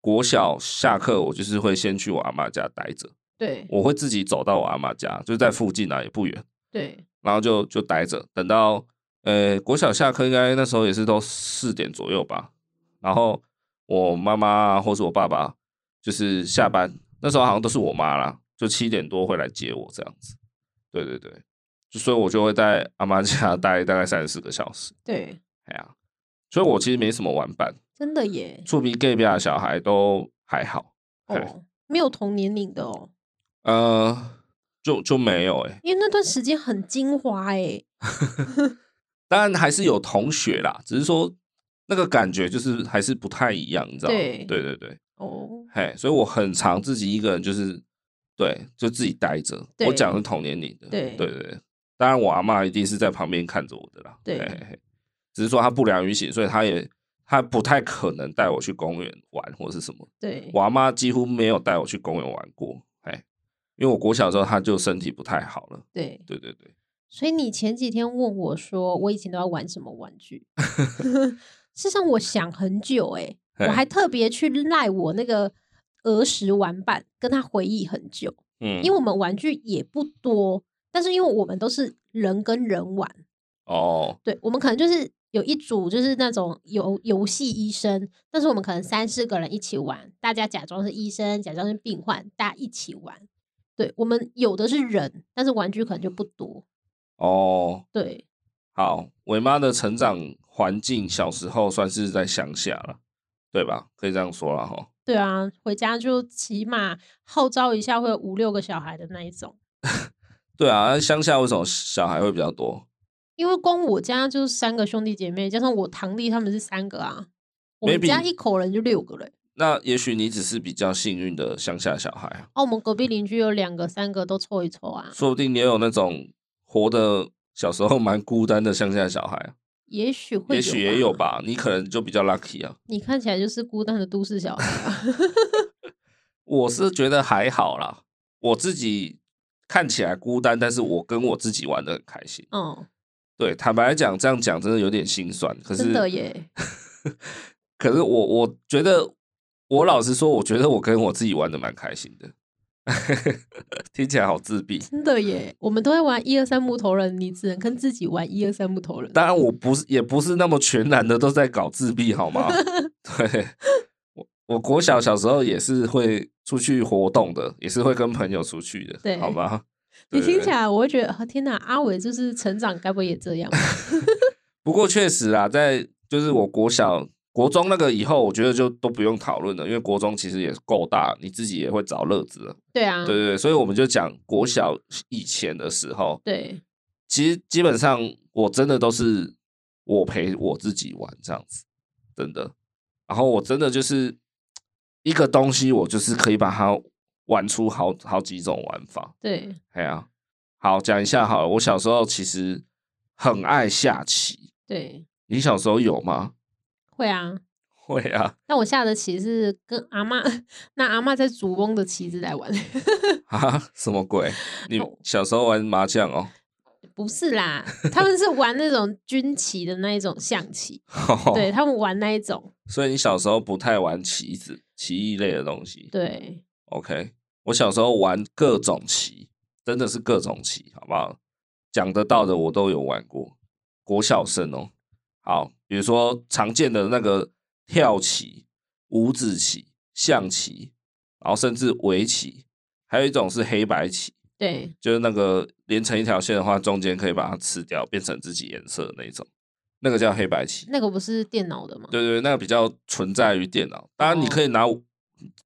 Speaker 1: 国小下课我就是会先去我阿妈家待着，
Speaker 2: 对，
Speaker 1: 我会自己走到我阿妈家，就在附近啊，也不远，
Speaker 2: 对，
Speaker 1: 然后就就待着，等到呃国小下课应该那时候也是都四点左右吧，然后我妈妈啊或是我爸爸就是下班那时候好像都是我妈啦，就七点多会来接我这样子，对对对，就所以我就会在阿妈家 待大概三四个小时，
Speaker 2: 对，
Speaker 1: 哎呀，所以我其实没什么玩伴，
Speaker 2: 真的耶，
Speaker 1: 触鼻 gay 的小孩都还好，哎
Speaker 2: 哦，没有同年龄的哦，
Speaker 1: 呃，就就没有哎、
Speaker 2: 因为那段时间很精华哎，
Speaker 1: 当然还是有同学啦，只是说那个感觉就是还是不太一样，你知道吗？
Speaker 2: 对
Speaker 1: 对对对，
Speaker 2: 哦，
Speaker 1: 嘿，所以我很常自己一个人，就是对，就自己待着。
Speaker 2: 对
Speaker 1: 我讲的是同年龄的，
Speaker 2: 对
Speaker 1: 对对对当然我阿嬷一定是在旁边看着我的啦，
Speaker 2: 对
Speaker 1: 嘿嘿嘿只是说她不良于行，所以她也她不太可能带我去公园玩或是什么。
Speaker 2: 对，
Speaker 1: 我阿妈几乎没有带我去公园玩过，哎，因为我国小的时候她就身体不太好了，
Speaker 2: 对，
Speaker 1: 对对对，
Speaker 2: 所以你前几天问我说，我以前都要玩什么玩具？ 事实上，我想很久哎、
Speaker 1: 嘿
Speaker 2: 我还特别去赖我那个儿时玩伴，跟他回忆很久，
Speaker 1: 嗯，
Speaker 2: 因为我们玩具也不多，但是因为我们都是人跟人玩，
Speaker 1: 哦，
Speaker 2: 对我们可能就是有一组就是那种游游戏医生，但是我们可能三四个人一起玩，大家假装是医生，假装是病患，大家一起玩。对我们有的是人，但是玩具可能就不多。
Speaker 1: 哦，
Speaker 2: 对，
Speaker 1: 好，伟妈的成长环境小时候算是在乡下了，对吧？可以这样说了哈。
Speaker 2: 对啊，回家就起码号召一下，会有五六个小孩的那一种。
Speaker 1: 对啊，那乡下为什么小孩会比较多？
Speaker 2: 因为光我家就是三个兄弟姐妹，加上我堂弟他们是三个啊，我们
Speaker 1: Maybe-
Speaker 2: 家一口人就六个人。
Speaker 1: 那也许你只是比较幸运的乡下小孩啊，
Speaker 2: 哦，我们隔壁邻居有两个、三个都凑一凑啊，
Speaker 1: 说不定也有那种活的小时候蛮孤单的乡下小孩啊。
Speaker 2: 也许会，
Speaker 1: 也许也有。吧，你可能就比较 lucky 啊。
Speaker 2: 你看起来就是孤单的都市小孩啊，
Speaker 1: 我是觉得还好啦，我自己看起来孤单，但是我跟我自己玩的很开心。
Speaker 2: 嗯，
Speaker 1: 对，坦白讲，这样讲真的有点心酸。可是
Speaker 2: 真的耶，
Speaker 1: 可是我我觉得，我老实说，我觉得我跟我自己玩的蛮开心的。 听起来好自闭。
Speaker 2: 真的耶，我们都在玩一二三木头人，你只能跟自己玩一二三木头人。
Speaker 1: 当然，我不是也不是那么全然的都在搞自闭，好吗？ 对，我我国小小时候也是会出去活动的，也是会跟朋友出去的，
Speaker 2: 对
Speaker 1: 好吗？
Speaker 2: 你
Speaker 1: 对
Speaker 2: 听起来，我会觉得，啊天哪，阿伟就是成长，该不会也这样吧？
Speaker 1: 不过确实啊，在就是我国小、国中那个以后，我觉得就都不用讨论了，因为国中其实也够大，你自己也会找乐子了。
Speaker 2: 对啊，
Speaker 1: 对对对，所以我们就讲国小以前的时候，
Speaker 2: 对
Speaker 1: 其实基本上我真的都是我陪我自己玩这样子，真的。然后我真的就是一个东西，我就是可以把它玩出好好几种玩法。
Speaker 2: 对，
Speaker 1: 哎呀、好讲一下好了，我小时候其实很爱下棋，
Speaker 2: 对，
Speaker 1: 你小时候有吗？
Speaker 2: 会啊。
Speaker 1: 会啊，
Speaker 2: 但我下的棋是跟阿妈， 那阿妈在主翁的棋子来玩，
Speaker 1: 啊，什么鬼？你小时候玩麻将哦？
Speaker 2: 不是啦，他们是玩那种军棋的那一种象棋，
Speaker 1: 哦
Speaker 2: 对，他们玩那一种，
Speaker 1: 所以你小时候不太玩棋子、棋艺类的东西。
Speaker 2: 对，
Speaker 1: OK，我小时候玩各种棋，真的是各种棋，好不好？讲得到的我都有玩过，国小生哦。好，比如说常见的那个跳棋、五子棋、象棋，然后甚至围棋，还有一种是黑白棋，
Speaker 2: 对，
Speaker 1: 就是那个连成一条线的话，中间可以把它吃掉，变成自己颜色的那一种，那个叫黑白棋。
Speaker 2: 那个不是电脑的吗？
Speaker 1: 对对，那个比较存在于电脑。当然，你
Speaker 2: 哦
Speaker 1: 可以拿，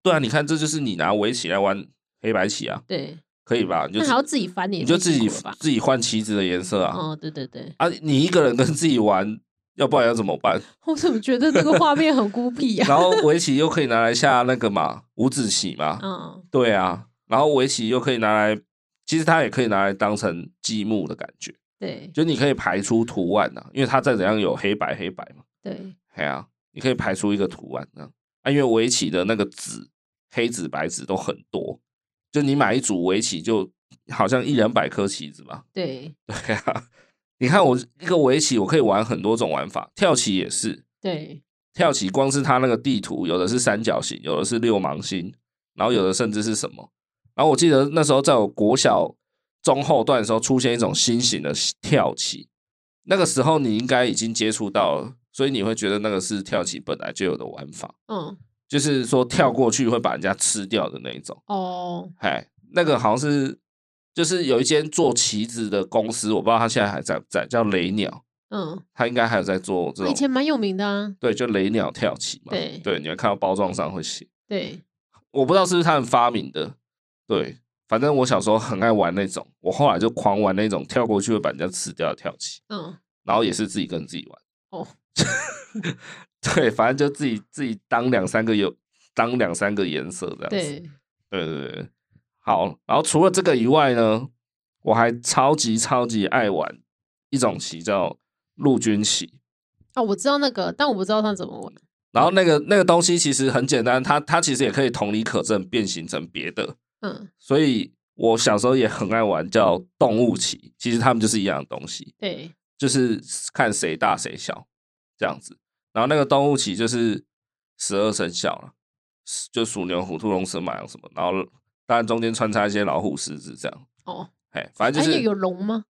Speaker 1: 对啊，你看，这就是你拿围棋来玩黑白棋啊，
Speaker 2: 对，
Speaker 1: 可以吧？你就
Speaker 2: 那
Speaker 1: 自
Speaker 2: 还要自己翻脸，
Speaker 1: 你就自己
Speaker 2: 吧。
Speaker 1: 自己换棋子的颜色啊、
Speaker 2: 哦，对对对，
Speaker 1: 啊！你一个人跟自己玩，要不然要怎么 办？
Speaker 2: 我怎么觉得这个画面很孤僻啊呀、
Speaker 1: 然后围棋又可以拿来下那个嘛五子棋嘛，
Speaker 2: 嗯，
Speaker 1: 对啊，然后围棋又可以拿来，其实它也可以拿来当成积木的感觉，
Speaker 2: 对
Speaker 1: 就你可以排出图案啊，因为它再怎样有黑白黑白嘛。
Speaker 2: 对，
Speaker 1: 哎呀、你可以排出一个图案啊。啊，因为围棋的那个纸，黑纸白纸都很多，就你买一组围棋，就好像一两百颗棋子吧。
Speaker 2: 对
Speaker 1: 对啊， 你看我一个围棋，我可以玩很多种玩法，跳棋也是。
Speaker 2: 对
Speaker 1: 跳棋光是它那个地图，有的是三角形，有的是六芒星，然后有的甚至是什么。然后我记得那时候在我国小中后段的时候，出现一种新型的跳棋，那个时候你应该已经接触到了，所以你会觉得那个是跳棋本来就有的玩法，
Speaker 2: 嗯，
Speaker 1: 就是说跳过去会把人家吃掉的那一种。
Speaker 2: 哦，
Speaker 1: 哎，那个好像是就是有一间做棋子的公司，我不知道他现在还在不在，叫雷鸟，
Speaker 2: 嗯，
Speaker 1: 他应该还有在做这
Speaker 2: 以
Speaker 1: 种。
Speaker 2: 前蛮有名的啊，
Speaker 1: 对，就雷鸟跳棋嘛。
Speaker 2: 对
Speaker 1: 对，你会看到包装上会写，
Speaker 2: 对，
Speaker 1: 我不知道是不是他们发明的。对，反正我小时候很爱玩那种，我后来就狂玩那种跳过去会把人家吃掉的跳棋，
Speaker 2: 嗯，
Speaker 1: 然后也是自己跟自己玩。
Speaker 2: 哦，
Speaker 1: 对，反正就自己自己当两三个有当两三个颜色这样子。
Speaker 2: 对，
Speaker 1: 对对对，好。然后除了这个以外呢，我还超级超级爱玩一种棋叫陆军棋。
Speaker 2: 哦，我知道那个，但我不知道他怎么玩。
Speaker 1: 然后那个那个东西其实很简单，它它其实也可以同理可证变形成别的，
Speaker 2: 嗯，
Speaker 1: 所以我小时候也很爱玩叫动物棋，其实它们就是一样的东西，
Speaker 2: 对，
Speaker 1: 就是看谁大谁小这样子。然后那个动物棋就是十二生肖了，就鼠牛虎兔龙蛇马羊什么，然后当然中间穿插一些老虎狮子这样，
Speaker 2: 哦，
Speaker 1: 哎，反正
Speaker 2: 哎，
Speaker 1: 就是
Speaker 2: 有龙吗？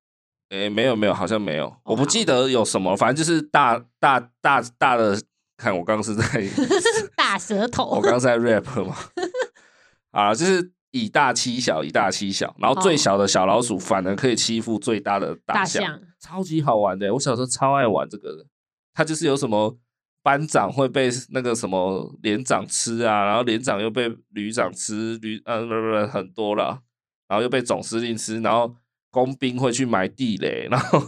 Speaker 1: 诶、没有没有，好像没有，我不
Speaker 2: 好
Speaker 1: 记得有什么，反正就是大大大大的，看我刚刚是在
Speaker 2: 大舌头。
Speaker 1: 哦我刚刚 在 rap 嘛，啊，就是以大欺小，以大欺小，然后最
Speaker 2: 哦
Speaker 1: 小的小老鼠反而可以欺负最大的大
Speaker 2: 大
Speaker 1: 象，
Speaker 2: 象，
Speaker 1: 超级好玩的。我小时候超爱玩这个的，他就是有什么班长会被那个什么连长吃啊，然后连长又被旅长吃，旅呃不不不很多了，然后又被总司令吃，然后工兵会去埋地雷， 然后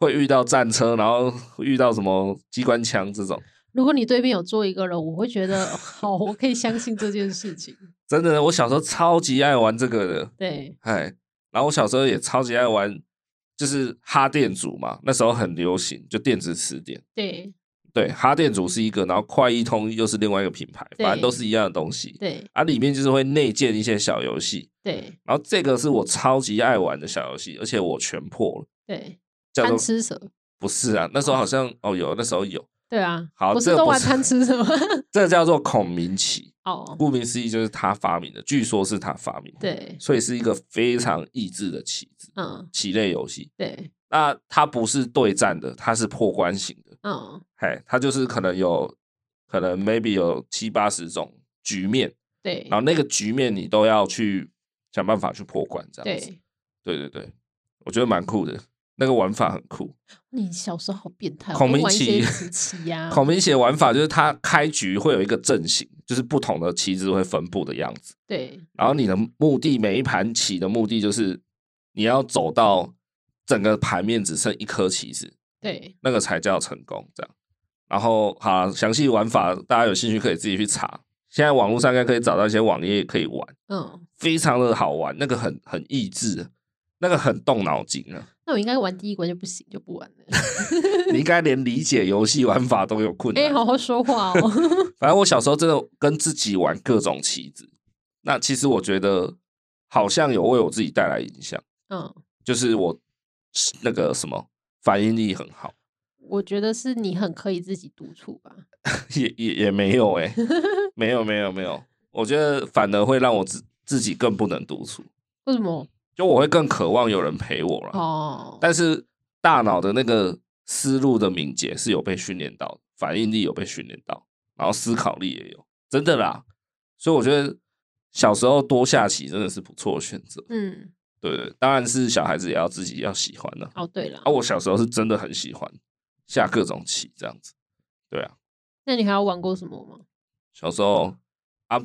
Speaker 1: 会遇到战车，然后遇到什么机关枪这种。
Speaker 2: 如果你对面有坐一个人，我会觉得好，我可以相信这件事情。
Speaker 1: 真的，我小时候超级爱玩这个的。
Speaker 2: 对，
Speaker 1: 哎，然后我小时候也超级爱玩就是哈电族嘛，那时候很流行，就电子词典。
Speaker 2: 对
Speaker 1: 对，哈电族是一个，然后快易通又是另外一个品牌，
Speaker 2: 对
Speaker 1: 反正都是一样的东西。
Speaker 2: 对
Speaker 1: 啊，里面就是会内建一些小游戏，
Speaker 2: 对
Speaker 1: 然后这个是我超级爱玩的小游戏，而且我全破了，
Speaker 2: 对，
Speaker 1: 叫
Speaker 2: 贪
Speaker 1: 做
Speaker 2: 吃蛇，
Speaker 1: 不是啊，那时候好像哦有，那时候有，
Speaker 2: 对啊，
Speaker 1: 好
Speaker 2: 不
Speaker 1: 这
Speaker 2: 是
Speaker 1: 个
Speaker 2: 都
Speaker 1: 不
Speaker 2: 玩
Speaker 1: 是
Speaker 2: 贪吃蛇吗？
Speaker 1: 这个叫做孔明棋，
Speaker 2: 哦，
Speaker 1: 顾名思义就是他发明的，据说是他发明的，
Speaker 2: 对，
Speaker 1: 所以是一个非常益智的棋子
Speaker 2: 嗯，
Speaker 1: 棋类游戏。
Speaker 2: 对，
Speaker 1: 那它不是对战的，它是破关型的，
Speaker 2: 嗯，
Speaker 1: 嘿，它就是可能有可能 maybe 有七八十种局面，
Speaker 2: 对
Speaker 1: 然，后那个局面你都要去想办法去破关，这样子。
Speaker 2: 对，
Speaker 1: 对对对，我觉得蛮酷的，那个玩法很酷。
Speaker 2: 你小时候好变态哦，
Speaker 1: 孔
Speaker 2: 都
Speaker 1: 明
Speaker 2: 玩一些
Speaker 1: 棋
Speaker 2: 棋棋呀，
Speaker 1: 孔明棋的玩法就是它开局会有一个阵型，就是不同的棋子会分布的样子。
Speaker 2: 对
Speaker 1: 然后你的目的每一盘棋的目的就是你要走到整个盘面只剩一颗棋子，
Speaker 2: 对
Speaker 1: 那个才叫成功。这样，然后好啊详细玩法大家有兴趣可以自己去查。现在网络上应该可以找到一些网页可以玩，
Speaker 2: 嗯，
Speaker 1: 非常的好玩，那个很很益智，那个很动脑筋 啊。
Speaker 2: 那我应该玩第一关就不行，就不玩了。
Speaker 1: 你应该连理解游戏玩法都有困
Speaker 2: 哎，
Speaker 1: 难。
Speaker 2: 好好说话哦。
Speaker 1: 反正我小时候真的跟自己玩各种棋子，那其实我觉得好像有为我自己带来影响。
Speaker 2: 嗯，
Speaker 1: 就是我那个什么反应力很好，
Speaker 2: 我觉得是你很可以自己独处吧。
Speaker 1: 也也也没有哎、没有没有没有，我觉得反而会让我自自己更不能独处，
Speaker 2: 为什么？
Speaker 1: 就我会更渴望有人陪我了。
Speaker 2: 哦，
Speaker 1: 但是大脑的那个思路的敏捷是有被训练到的，反应力有被训练到，然后思考力也有，真的啦。所以我觉得小时候多下棋真的是不错的选择，
Speaker 2: 嗯，
Speaker 1: 对不对？当然是小孩子也要自己要喜欢了。
Speaker 2: 哦，对了
Speaker 1: 啊，，我小时候是真的很喜欢下各种棋这样子。对啊，
Speaker 2: 那你还有玩过什么吗？
Speaker 1: 小时候啊，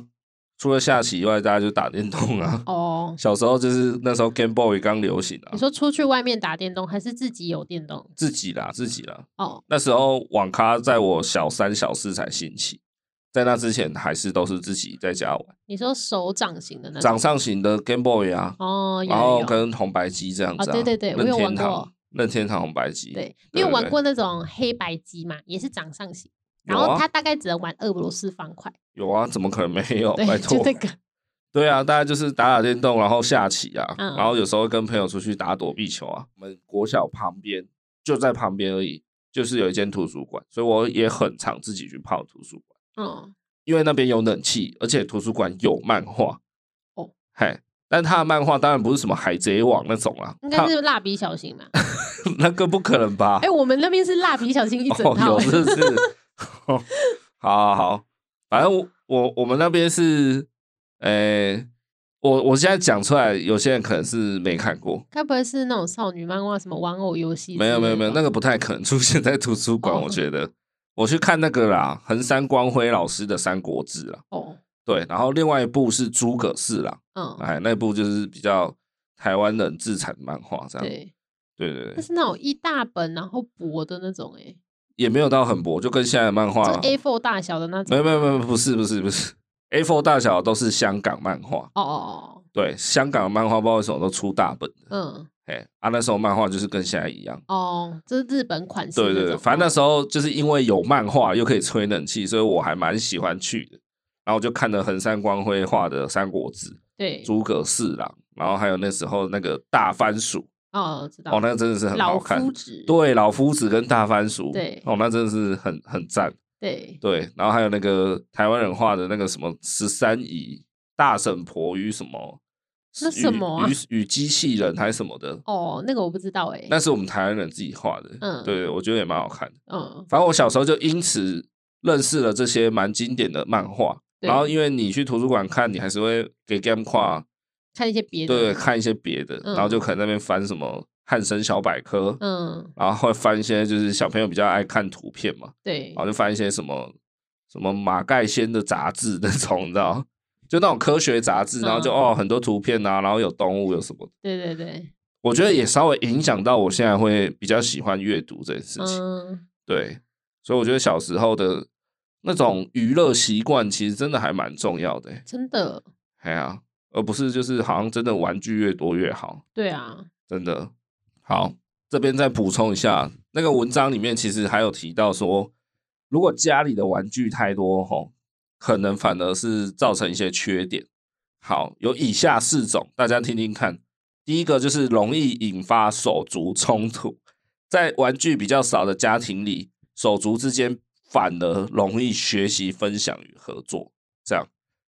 Speaker 1: 除了下棋以外，大家就打电动啊。
Speaker 2: 哦，
Speaker 1: 小时候就是那时候 Game Boy 刚流行啊
Speaker 2: 你，说出去外面打电动，还是自己有电动？
Speaker 1: 自己啦，自己啦。
Speaker 2: 哦，
Speaker 1: 那时候网咖在我小三、小四才兴起，在那之前还是都是自己在家玩。
Speaker 2: 你说手掌型的那
Speaker 1: 掌
Speaker 2: 种？
Speaker 1: 上型的 Game Boy 啊，
Speaker 2: 哦，有
Speaker 1: 然后
Speaker 2: 有有
Speaker 1: 跟红白机这样子、啊
Speaker 2: 哦对对对我
Speaker 1: 任
Speaker 2: 有玩
Speaker 1: 天堂
Speaker 2: 过，
Speaker 1: 任天堂红白机。
Speaker 2: 对，你有玩
Speaker 1: 对
Speaker 2: 过那种黑白机嘛？也是掌上型，
Speaker 1: 有
Speaker 2: 然后
Speaker 1: 啊
Speaker 2: 它大概只能玩俄罗斯方块，
Speaker 1: 有啊，怎么可能没有？
Speaker 2: 对
Speaker 1: 拜，托，
Speaker 2: 就那个，
Speaker 1: 对啊，大家就是打打电动，然后下棋啊，
Speaker 2: 嗯
Speaker 1: 然后有时候跟朋友出去打躲避球啊。我们国小旁边就在旁边而已，就是有一间图书馆，所以我也很常自己去泡图书馆，
Speaker 2: 嗯，
Speaker 1: 因为那边有冷气，而且图书馆有漫画。
Speaker 2: 哦，
Speaker 1: 嘿，但他的漫画当然不是什么海贼王那种啊，
Speaker 2: 应
Speaker 1: 他
Speaker 2: 该是蜡笔 小新嘛？
Speaker 1: 那更不可能吧？
Speaker 2: 哎，我们那边是蜡笔小新一整套
Speaker 1: 哦、有
Speaker 2: 欸，
Speaker 1: 是不 是？ 好好好，反正我我我们那边是，呃、我我现在讲出来，有些人可能是没看过，
Speaker 2: 该不会是那种少女漫画什么玩偶游戏之
Speaker 1: 没
Speaker 2: 类
Speaker 1: 有
Speaker 2: 的吧？
Speaker 1: 没有没有，那个不太可能出现在图书馆，
Speaker 2: 哦
Speaker 1: 我觉得。我去看那个啦，横山光辉老师的《三国志》啦，
Speaker 2: 哦，
Speaker 1: 对，然后另外一部是诸葛氏啦，
Speaker 2: 嗯，
Speaker 1: 哎，那部就是比较台湾人自产漫画这样，
Speaker 2: 对，
Speaker 1: 对对
Speaker 2: 它
Speaker 1: 对，
Speaker 2: 是那种一大本然后薄的那种，哎，
Speaker 1: 也没有到很薄，就跟现在的漫画
Speaker 2: 就 A4 大小的那
Speaker 1: 没
Speaker 2: 种。
Speaker 1: 有没有没有，不是不是不是，A4 大小都是香港漫画，
Speaker 2: 哦哦
Speaker 1: 对，香港的漫画不知道为什么都出大本
Speaker 2: 哦，
Speaker 1: 的，
Speaker 2: 嗯，
Speaker 1: 哎，啊那时候漫画就是跟现在一样，
Speaker 2: 哦，这是日本款式那
Speaker 1: 对
Speaker 2: 种。哦
Speaker 1: 对对，反正那
Speaker 2: 候
Speaker 1: 时候就是因为有漫画又可以吹冷气，所以我还蛮喜欢去的，然后我就看了横山光辉画的《三国志》、
Speaker 2: 对，
Speaker 1: 诸葛四郎，然后还有那时候那个大番薯，
Speaker 2: 哦，知道
Speaker 1: 哦，那个真的是很
Speaker 2: 老
Speaker 1: 好看
Speaker 2: 夫，子，
Speaker 1: 对，老夫子跟大番薯，
Speaker 2: 对
Speaker 1: 哦，那真的是很很赞。
Speaker 2: 对
Speaker 1: 对，然后还有那个台湾人画的那个什么十三姨大婶婆与什么，
Speaker 2: 那什么啊
Speaker 1: 与与与机器人还是什么的，
Speaker 2: 哦，那个我不知道哎，
Speaker 1: 那是我们台湾人自己画的。
Speaker 2: 嗯
Speaker 1: 对，我觉得也蛮好看的。
Speaker 2: 嗯，
Speaker 1: 反正我小时候就因此认识了这些蛮经典的漫画。
Speaker 2: 对
Speaker 1: 然后因为你去图书馆看，你还是会给 Game 跨
Speaker 2: 看一些别的，
Speaker 1: 对，看一些别的，
Speaker 2: 嗯
Speaker 1: 然后就可能那边翻什么汉生小百科，
Speaker 2: 嗯，
Speaker 1: 然后会翻一些就是小朋友比较爱看图片嘛。
Speaker 2: 对
Speaker 1: 然，后就翻一些什么什么马盖先的杂志那种，你知道，就那种科学杂志，然后就、
Speaker 2: 嗯
Speaker 1: 哦很多图片啊，然后有动物有什么的，
Speaker 2: 对对对，
Speaker 1: 我觉得也稍微影响到我现在会比较喜欢阅读这件事情。
Speaker 2: 嗯，
Speaker 1: 对，所以我觉得小时候的那种娱乐习惯，其实真的还蛮重要的、欸。啊
Speaker 2: 真的，
Speaker 1: 哎呀、而不是就是好像真的玩具越多越好，
Speaker 2: 对啊，
Speaker 1: 真的。好，这边再补充一下，那个文章里面其实还有提到说，如果家里的玩具太多，吼，可能反而是造成一些缺点。好，有以下四种，大家听听看。第一个就是容易引发手足冲突，在玩具比较少的家庭里，手足之间反而容易学习分享与合作。这样，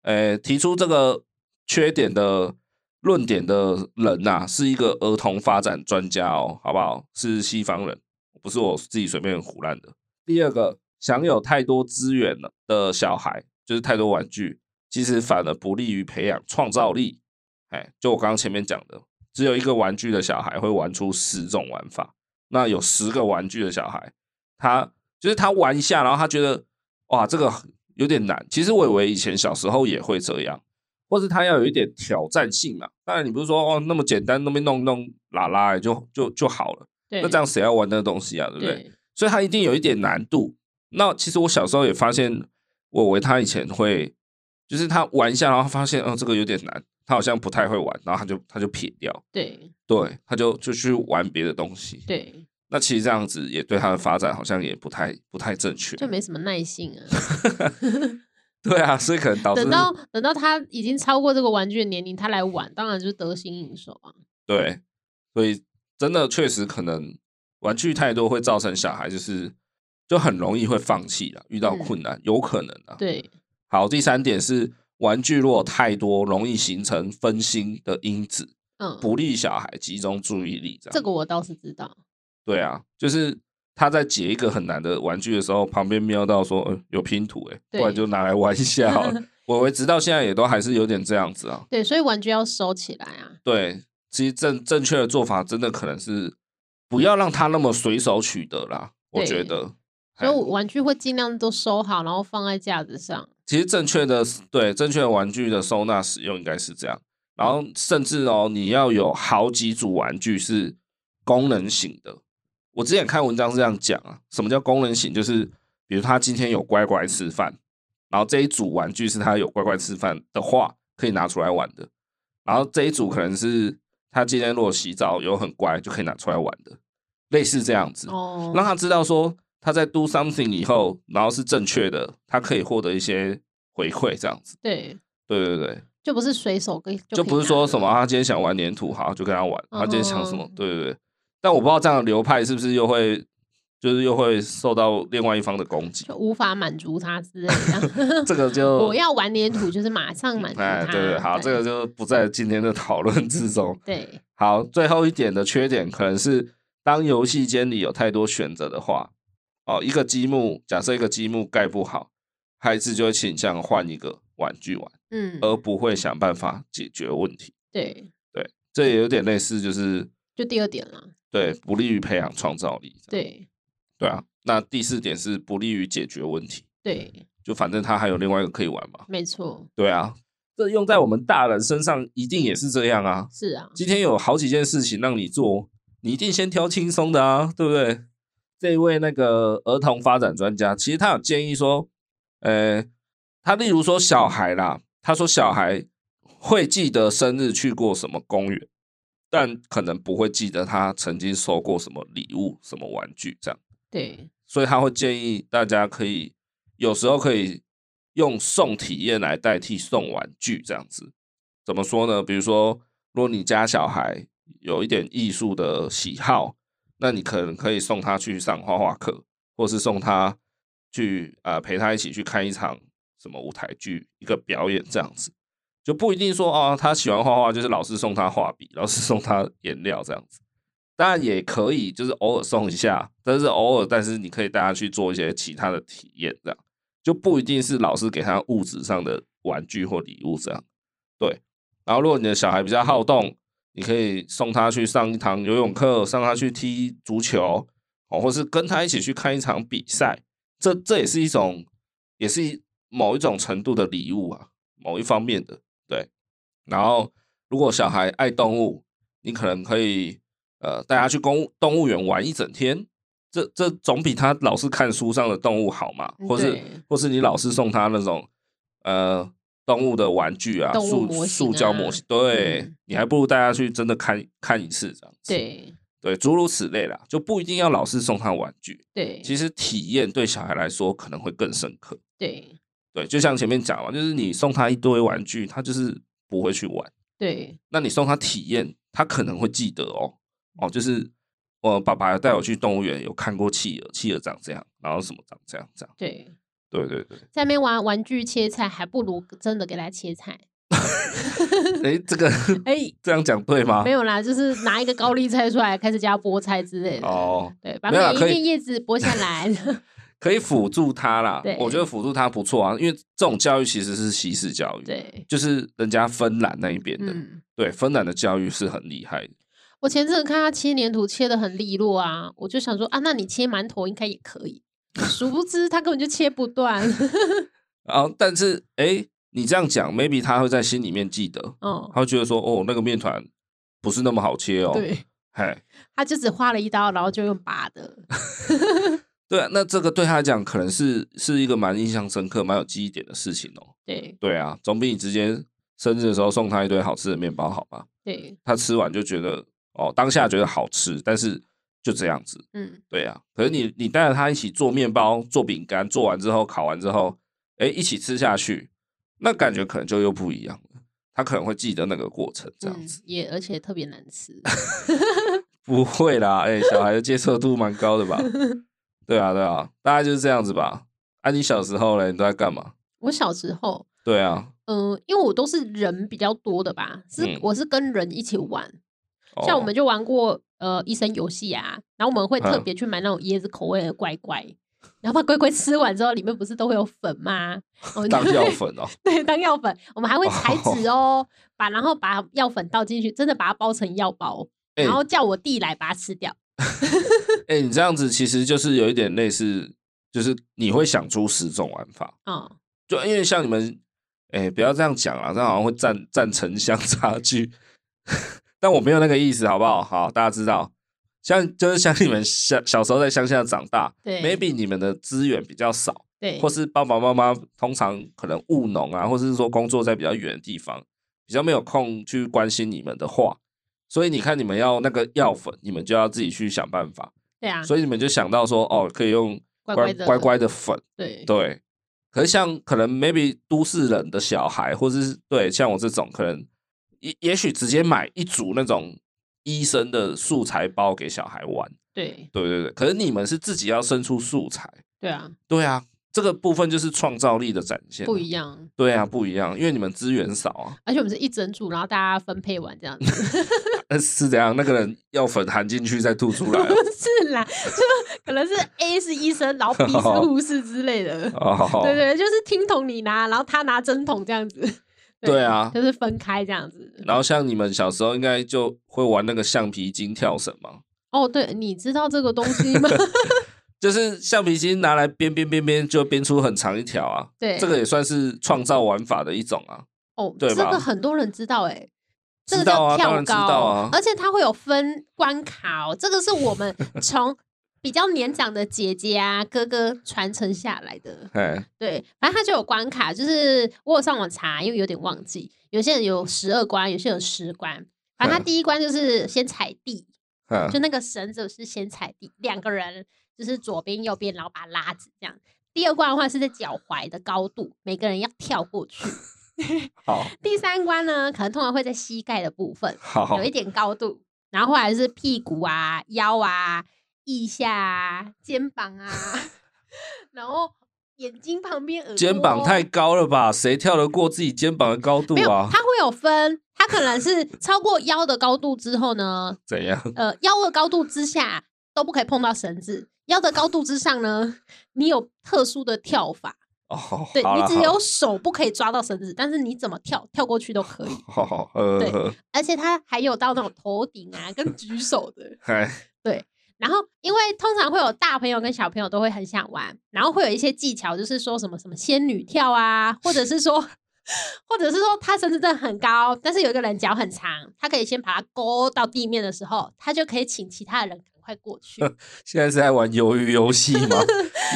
Speaker 1: 呃，提出这个缺点的论点的人呐、是一个儿童发展专家哦，好不好？是西方人，不是我自己随便胡乱的。第二个，享有太多资源了的小孩，就是太多玩具，其实反而不利于培养创造力。哎，就我刚刚前面讲的，只有一个玩具的小孩会玩出十种玩法，那有十个玩具的小孩，他就是他玩一下，然后他觉得哇，这
Speaker 2: 嗯
Speaker 1: 个有点难。其实我以为以前小时候也会这样，或是他要有一点挑战性嘛。当然，你不是说哦那么简单，那么弄弄拉拉就就就好了，
Speaker 2: 对，
Speaker 1: 那这样谁要玩那个东西啊？对不对？
Speaker 2: 对
Speaker 1: 所以它一定有一点难度。那其实我小时候也发现，我以为他以前会，就是他玩一下，然后发现哦这个有点难，他好像不太会玩，然后他就他就撇掉，
Speaker 2: 对
Speaker 1: 对，他就就去玩别的东西。
Speaker 2: 对，
Speaker 1: 那其实这样子也对他的发展好像也不太不太正确。
Speaker 2: 就没什么耐性啊。
Speaker 1: 对啊，所以可能导致
Speaker 2: 等到等到他已经超过这个玩具的年龄，他来玩，当然就是得心应手啊。
Speaker 1: 对，所以真的确实可能玩具太多会造成小孩就是就很容易会放弃了，遇到困难、有可能啊。
Speaker 2: 嗯对
Speaker 1: 好，第三点是玩具如果太多，容易形成分心的因子，
Speaker 2: 嗯，
Speaker 1: 不啊利小孩集中注意力。这样
Speaker 2: 这个我倒是知道。
Speaker 1: 对啊，就是他在解一个很难的玩具的时候，旁边瞄到说、呃、有拼图、欸，哎，
Speaker 2: 对
Speaker 1: 不然就拿来玩一下好了。我以为直到现在也都还是有点这样子啊。
Speaker 2: 对，所以玩具要收起来啊。
Speaker 1: 对，其实正正确的做法真的可能是不要让他那么随手取得啦。我
Speaker 2: 对
Speaker 1: 觉得，
Speaker 2: 所以
Speaker 1: 嘿
Speaker 2: 我玩具会尽量都收好，然后放在架子上。
Speaker 1: 其实正确的对正确的玩具的收纳使用应该是这样，然后甚至哦，你要有好几组玩具是功能型的。我之前看文章是这样讲啊，什么叫功能型？就是比如他今天有乖乖吃饭，然后这一组玩具是他有乖乖吃饭的话可以拿出来玩的，然后这一组可能是他今天如果洗澡有很乖就可以拿出来玩的，类似这样子。
Speaker 2: 哦，
Speaker 1: 让他知道说他在 do something 以后，然后是正确的，他可以获得一些回馈，这样子。
Speaker 2: 对，
Speaker 1: 对对对，
Speaker 2: 就不是随手跟就
Speaker 1: 就
Speaker 2: 可以
Speaker 1: 不是
Speaker 2: 拿
Speaker 1: 说
Speaker 2: 了
Speaker 1: 什么啊，他今天想玩粘土，好就跟他玩；啊他今天想什么
Speaker 2: 嗯哼，
Speaker 1: 对对对。但我不知道这样的流派是不是又会，就是又会受到另外一方的攻击
Speaker 2: 就。无法满足他之类 的。
Speaker 1: 这个就
Speaker 2: 我要玩粘土，就是马上满足
Speaker 1: 哎，
Speaker 2: 他。
Speaker 1: 对对，好，这个就不在今天的讨论之中。
Speaker 2: 对
Speaker 1: 好，最后一点的缺点可能是，当游戏间里有太多选择的话，哦，一个积木，假设一个积木盖不好，孩子就会倾向换一个玩具玩，
Speaker 2: 嗯，
Speaker 1: 而不会想办法解决问题。
Speaker 2: 对，
Speaker 1: 这也有点类似，就是
Speaker 2: 就第二点啦。
Speaker 1: 对不利于培养创造力。
Speaker 2: 对
Speaker 1: 对啊，那第四点是不利于解决问题，
Speaker 2: 对，
Speaker 1: 就反正他还有另外一个可以玩嘛。
Speaker 2: 没错，
Speaker 1: 对啊，这用在我们大人身上一定也是这样啊。
Speaker 2: 是啊，
Speaker 1: 今天有好几件事情让你做，你一定先挑轻松的啊，对不对？这一位那个儿童发展专家，其实他有建议说，呃，他例如说小孩啦，他说小孩会记得生日去过什么公园，但可能不会记得他曾经收过什么礼物、什么玩具这样，
Speaker 2: 对
Speaker 1: 所以他会建议大家可以有时候可以用送体验来代替送玩具这样子。怎么说呢？比如说，如果你家小孩有一点艺术的喜好，那你可能可以送他去上画画课，或是送他去呃陪他一起去看一场什么舞台剧、一个表演这样子，就不一定说哦，他喜欢画画就是老师送他画笔，老师送他颜料这样子。当然也可以，就是偶尔送一下，但是偶尔，但是你可以带他去做一些其他的体验，这样就不一定是老师给他物质上的玩具或礼物这样。对，然后如果你的小孩比较好动，你可以送他去上一堂游泳课，送他去踢足球，哦，或是跟他一起去看一场比赛，这这也是一种，也是一某一种程度的礼物啊，某一方面的对。然后如果小孩爱动物，你可能可以呃带他去公动物园玩一整天，这这总比他老是看书上的动物好嘛，或是
Speaker 2: 对
Speaker 1: 或是你老是
Speaker 2: 嗯
Speaker 1: 送他那种呃动物的玩具啊，
Speaker 2: 动物
Speaker 1: 塑
Speaker 2: 模型
Speaker 1: 塑胶模
Speaker 2: 啊
Speaker 1: 型，对、
Speaker 2: 嗯
Speaker 1: 你还不如带他去真的看看一次这样子。
Speaker 2: 对
Speaker 1: 对，诸如此类啦，就不一定要老是送他玩具。
Speaker 2: 对
Speaker 1: 其实体验对小孩来说可能会更深刻。
Speaker 2: 对
Speaker 1: 对，就像前面讲嘛，就是你送他一堆玩具，他就是不会去玩。
Speaker 2: 对
Speaker 1: 那你送他体验，他可能会记得哦。哦，就是我爸爸带我去动物园，有看过企鹅，企鹅长这样，然后什么长这样这样。
Speaker 2: 对，
Speaker 1: 对对对，
Speaker 2: 在那边玩玩具切菜，还不如真的给他切菜。
Speaker 1: 诶，这个
Speaker 2: 哎、
Speaker 1: 这样讲对吗
Speaker 2: 没？有啦，就是拿一个高丽菜出来，开始加菠菜之类的。
Speaker 1: 哦，
Speaker 2: 对，把
Speaker 1: 没有啦
Speaker 2: 每一
Speaker 1: 可以
Speaker 2: 片叶子剥下来。
Speaker 1: 可以辅助他啦
Speaker 2: 对。
Speaker 1: 我觉得辅助他不错啊，因为这种教育其实是西式教育，
Speaker 2: 对，
Speaker 1: 就是人家芬兰那一边的，
Speaker 2: 嗯，
Speaker 1: 对，芬兰的教育是很厉害的。
Speaker 2: 我前阵子看他切粘土切的很利落啊，我就想说啊，那你切馒头应该也可以。殊不知他根本就切不断。
Speaker 1: 然后，但是诶，你这样讲，maybe 他会在心里面记得，
Speaker 2: 哦，
Speaker 1: 他会觉得说，哦，那个面团不是那么好切哦。，
Speaker 2: 对，
Speaker 1: 嘿，
Speaker 2: 他就只划了一刀，然后就用拔的。
Speaker 1: 对啊，那这个对他来讲可能是是一个蛮印象深刻、蛮有记忆点的事情哦。
Speaker 2: 对
Speaker 1: 对啊，总比你直接生日的时候送他一堆好吃的面包好吧？
Speaker 2: 对，
Speaker 1: 他吃完就觉得，哦，当下觉得好吃，但是就这样子。
Speaker 2: 嗯，
Speaker 1: 对啊，可是你你带着他一起做面包、做饼干，做完之后烤完之后，哎，一起吃下去，那感觉可能就又不一样了。他可能会记得那个过程，这样
Speaker 2: 嗯
Speaker 1: 子、
Speaker 2: 也而且特别难吃。
Speaker 1: 不会啦。哎，小孩的接受度蛮高的 吧？对啊，对啊，大概就是这样子吧。啊，你小时候嘞，你都在干嘛？
Speaker 2: 我小时候，
Speaker 1: 对啊，
Speaker 2: 嗯、因为我都是人比较多的吧，是、
Speaker 1: 嗯
Speaker 2: 我是跟人一起玩，
Speaker 1: 哦
Speaker 2: 像我们就玩过呃医生游戏啊，然后我们会特
Speaker 1: 嗯
Speaker 2: 别去买那种椰子口味的乖乖，然后把乖乖吃完之后，里面不是都会有粉吗？我们就
Speaker 1: 当药
Speaker 2: 会
Speaker 1: 粉哦，
Speaker 2: 对，当药粉，我们还会裁纸哦，把然后把药粉倒进去，真的把它包成药包，
Speaker 1: 哎
Speaker 2: 然后叫我弟来把它吃掉。
Speaker 1: 哎，你这样子其实就是有一点类似，就是你会想出十种玩法，
Speaker 2: 哦，
Speaker 1: 就因为像你们，哎、不要这样讲啦，这样好像会占占城乡 差距。但我没有那个意思，好不好？好，大家知道，像就是像你们小小时候在乡下长大
Speaker 2: 对
Speaker 1: ，maybe 你们的资源比较少，
Speaker 2: 对，
Speaker 1: 或是爸爸妈妈通常可能务农啊，或是说工作在比较远的地方，比较没有空去关心你们的话，所以你看你们要那个药粉，你们就要自己去想办法，
Speaker 2: 对啊，
Speaker 1: 所以你们就想到说，哦，可以用
Speaker 2: 乖乖
Speaker 1: 乖
Speaker 2: 的
Speaker 1: 乖乖的粉。
Speaker 2: 对
Speaker 1: 对，可是像可能 maybe 都市人的小孩，或者是对像我这种，可能也也许直接买一组那种医生的素材包给小孩玩，
Speaker 2: 对
Speaker 1: 对对对。可是你们是自己要生出素材，
Speaker 2: 对啊，
Speaker 1: 对啊，这个部分就是创造力的展现啊，
Speaker 2: 不一样。
Speaker 1: 对啊，不一样，因为你们资源少啊，
Speaker 2: 而且我们是一整组，然后大家分配完这样子，
Speaker 1: 呃是怎样？那个人要粉含进去再吐出来
Speaker 2: 不
Speaker 1: 啊
Speaker 2: 是啦，就可能是 A 是医生，然 后 B 是护士之类的。
Speaker 1: 哦，
Speaker 2: 对对，就是听筒你拿，然后他拿针筒这样子。
Speaker 1: 对啊
Speaker 2: 就是分开这样子。
Speaker 1: 然后像你们小时候应该就会玩那个橡皮筋跳绳嘛，
Speaker 2: 哦，对，你知道这个东西吗？
Speaker 1: 就是橡皮筋拿来编编编编，就编出很长一条啊。
Speaker 2: 对，
Speaker 1: 这个也算是创造玩法的一种啊。
Speaker 2: 哦，
Speaker 1: 对
Speaker 2: 这
Speaker 1: 吧
Speaker 2: 个很多人知道哎、这个
Speaker 1: 知道
Speaker 2: 叫
Speaker 1: 啊当
Speaker 2: 跳
Speaker 1: 然知
Speaker 2: 高，
Speaker 1: 道啊
Speaker 2: 而且它会有分关卡哦。这个是我 们从比较年长的姐姐啊、哥哥传承下来的。
Speaker 1: 哎，
Speaker 2: 对，反正它就有关卡，就是我有上网查，因为有点忘记，有些人有十二关，有些人有十关。反正它
Speaker 1: 嗯
Speaker 2: 第一关就是先踩地，
Speaker 1: 嗯
Speaker 2: 就那个绳子是先踩地，两个人就是左边右边，然后把它拉直这样。第二关的话是在脚踝的高度，每个人要跳 过去。
Speaker 1: 好
Speaker 2: 第三关呢，可能通常会在膝盖的部分
Speaker 1: 好
Speaker 2: 有一点高度，然后后来是屁股啊、腰啊、腋下啊、肩膀啊， 然后眼睛旁边、耳朵哦
Speaker 1: 肩膀太高了吧？谁跳得过自己肩膀的高度
Speaker 2: 没有，
Speaker 1: 啊
Speaker 2: 它？会有分，它可能是超过腰的高度之后呢，
Speaker 1: 怎样？
Speaker 2: 呃，腰的高度之下都不可以碰到绳子，腰的高度之上呢，你有特殊的跳法，
Speaker 1: 哦，好
Speaker 2: 对
Speaker 1: 啦
Speaker 2: 你只
Speaker 1: 好
Speaker 2: 有
Speaker 1: 啦
Speaker 2: 手不可以抓到绳子，但是你怎么跳跳过去都可以，
Speaker 1: 好好呃，
Speaker 2: 而且它还有到那种头顶啊跟举手的，
Speaker 1: 哎，
Speaker 2: 然后，因为通常会有大朋友跟小朋友都会很想玩，然后会有一些技巧，就是说什么什么仙女跳啊，或者是说， 或者是说他绳子真的很高，但是有一个人脚很长，他可以先把它勾到地面的时候，他就可以请其他的人赶快过去。
Speaker 1: 现在是在玩鱿鱼游戏 吗？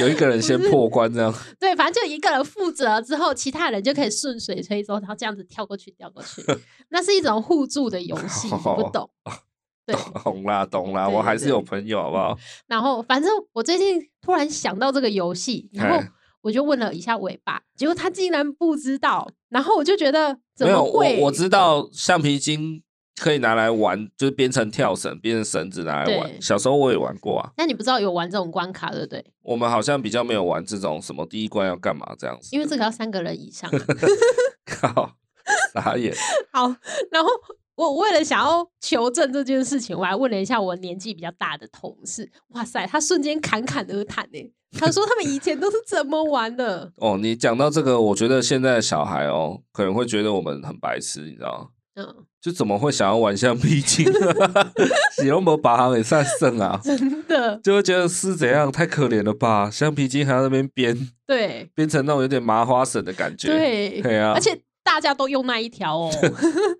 Speaker 1: 有一个人先破关这样，
Speaker 2: 对，反正就一个人负责之后，其他人就可以顺 水推舟，然后这样子跳过去，跳过去，那是一种互助的游戏，你不
Speaker 1: 好
Speaker 2: 懂。对，
Speaker 1: 哦懂啦懂啦，
Speaker 2: 对
Speaker 1: 我
Speaker 2: 对
Speaker 1: 还是有
Speaker 2: 对
Speaker 1: 朋友，好不好？
Speaker 2: 然后反正我最近突然想到这个游戏，然后
Speaker 1: 哎
Speaker 2: 我就问了一下尾巴，结果他竟然不知道，然后我就觉得怎
Speaker 1: 没有，
Speaker 2: 么会？
Speaker 1: 我我知道橡皮筋可以拿来玩，就是编成跳绳，编成绳子拿来玩。
Speaker 2: 对
Speaker 1: 小时候我也玩过啊，
Speaker 2: 那你不知道有玩这种关卡，对不对？
Speaker 1: 我们好像比较没有玩这种什么第一关要干嘛这样子。
Speaker 2: 因为这个要三个人以上啊、
Speaker 1: 靠，傻眼，？
Speaker 2: 好，然后我为了想要求证这件事情，我还问了一下我年纪比较大的同事，哇塞，他瞬间侃侃而谈呢、他说他们以前都是怎么玩的
Speaker 1: 哦，你讲到这个，我觉得现在的小孩哦，可能会觉得我们很白痴，你知道吗？
Speaker 2: 嗯，
Speaker 1: 就怎么会想要玩橡皮筋？ 你有没有把他给战胜啊？
Speaker 2: 真的，
Speaker 1: 就会觉得是怎样太可怜了吧？橡皮筋还要在那边编
Speaker 2: 对
Speaker 1: 编成那种有点麻花绳的感觉，，
Speaker 2: 对，
Speaker 1: 对啊
Speaker 2: 而且大家都用那一条哦。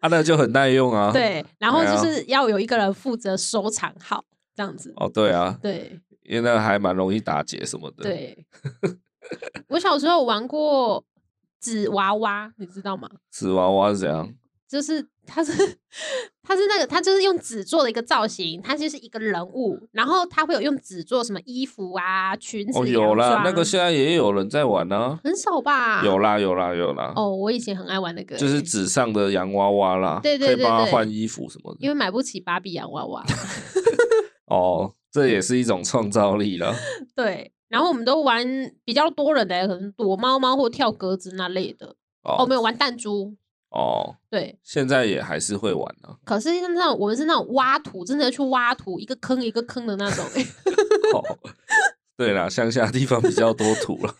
Speaker 1: 啊，那就很耐用啊。，
Speaker 2: 对，然后
Speaker 1: 对啊
Speaker 2: 就是要有一个人负责收藏好，这样子。
Speaker 1: 哦，对啊，
Speaker 2: 对
Speaker 1: 因为那个还蛮容易打结什么的。，
Speaker 2: 对，我小时候玩过纸娃娃，你知道吗？
Speaker 1: 纸娃娃是怎样？
Speaker 2: 就是它是它是那个它就是用纸做的一个造型，它就是一个人物，然后它会有用纸做什么衣服啊、裙子、
Speaker 1: 哦，有
Speaker 2: 洋
Speaker 1: 啦，那
Speaker 2: 装
Speaker 1: 个现在也有人在玩啊，
Speaker 2: 很少吧？
Speaker 1: 有啦，有啦，有啦，
Speaker 2: 哦，我以前很爱玩那个欸，
Speaker 1: 就是纸上的洋娃娃啦，
Speaker 2: 对对
Speaker 1: 可以帮
Speaker 2: 对
Speaker 1: 他
Speaker 2: 对
Speaker 1: 换衣服什么
Speaker 2: 因
Speaker 1: 的。
Speaker 2: 为买不起芭比洋娃娃，
Speaker 1: 哦，这
Speaker 2: 嗯
Speaker 1: 也是一种创造力了。
Speaker 2: 对。然后我们都玩比较多人的，可能躲猫猫或跳格子那类的。 哦，
Speaker 1: 哦
Speaker 2: 没有玩弹珠，
Speaker 1: 哦，
Speaker 2: 对。
Speaker 1: 现在也还是会玩 啊。
Speaker 2: 可是像那种我们是那种挖土，真的去挖土，一个坑一个坑的那种，
Speaker 1: 哦， 对啦，乡下地方比较多土了。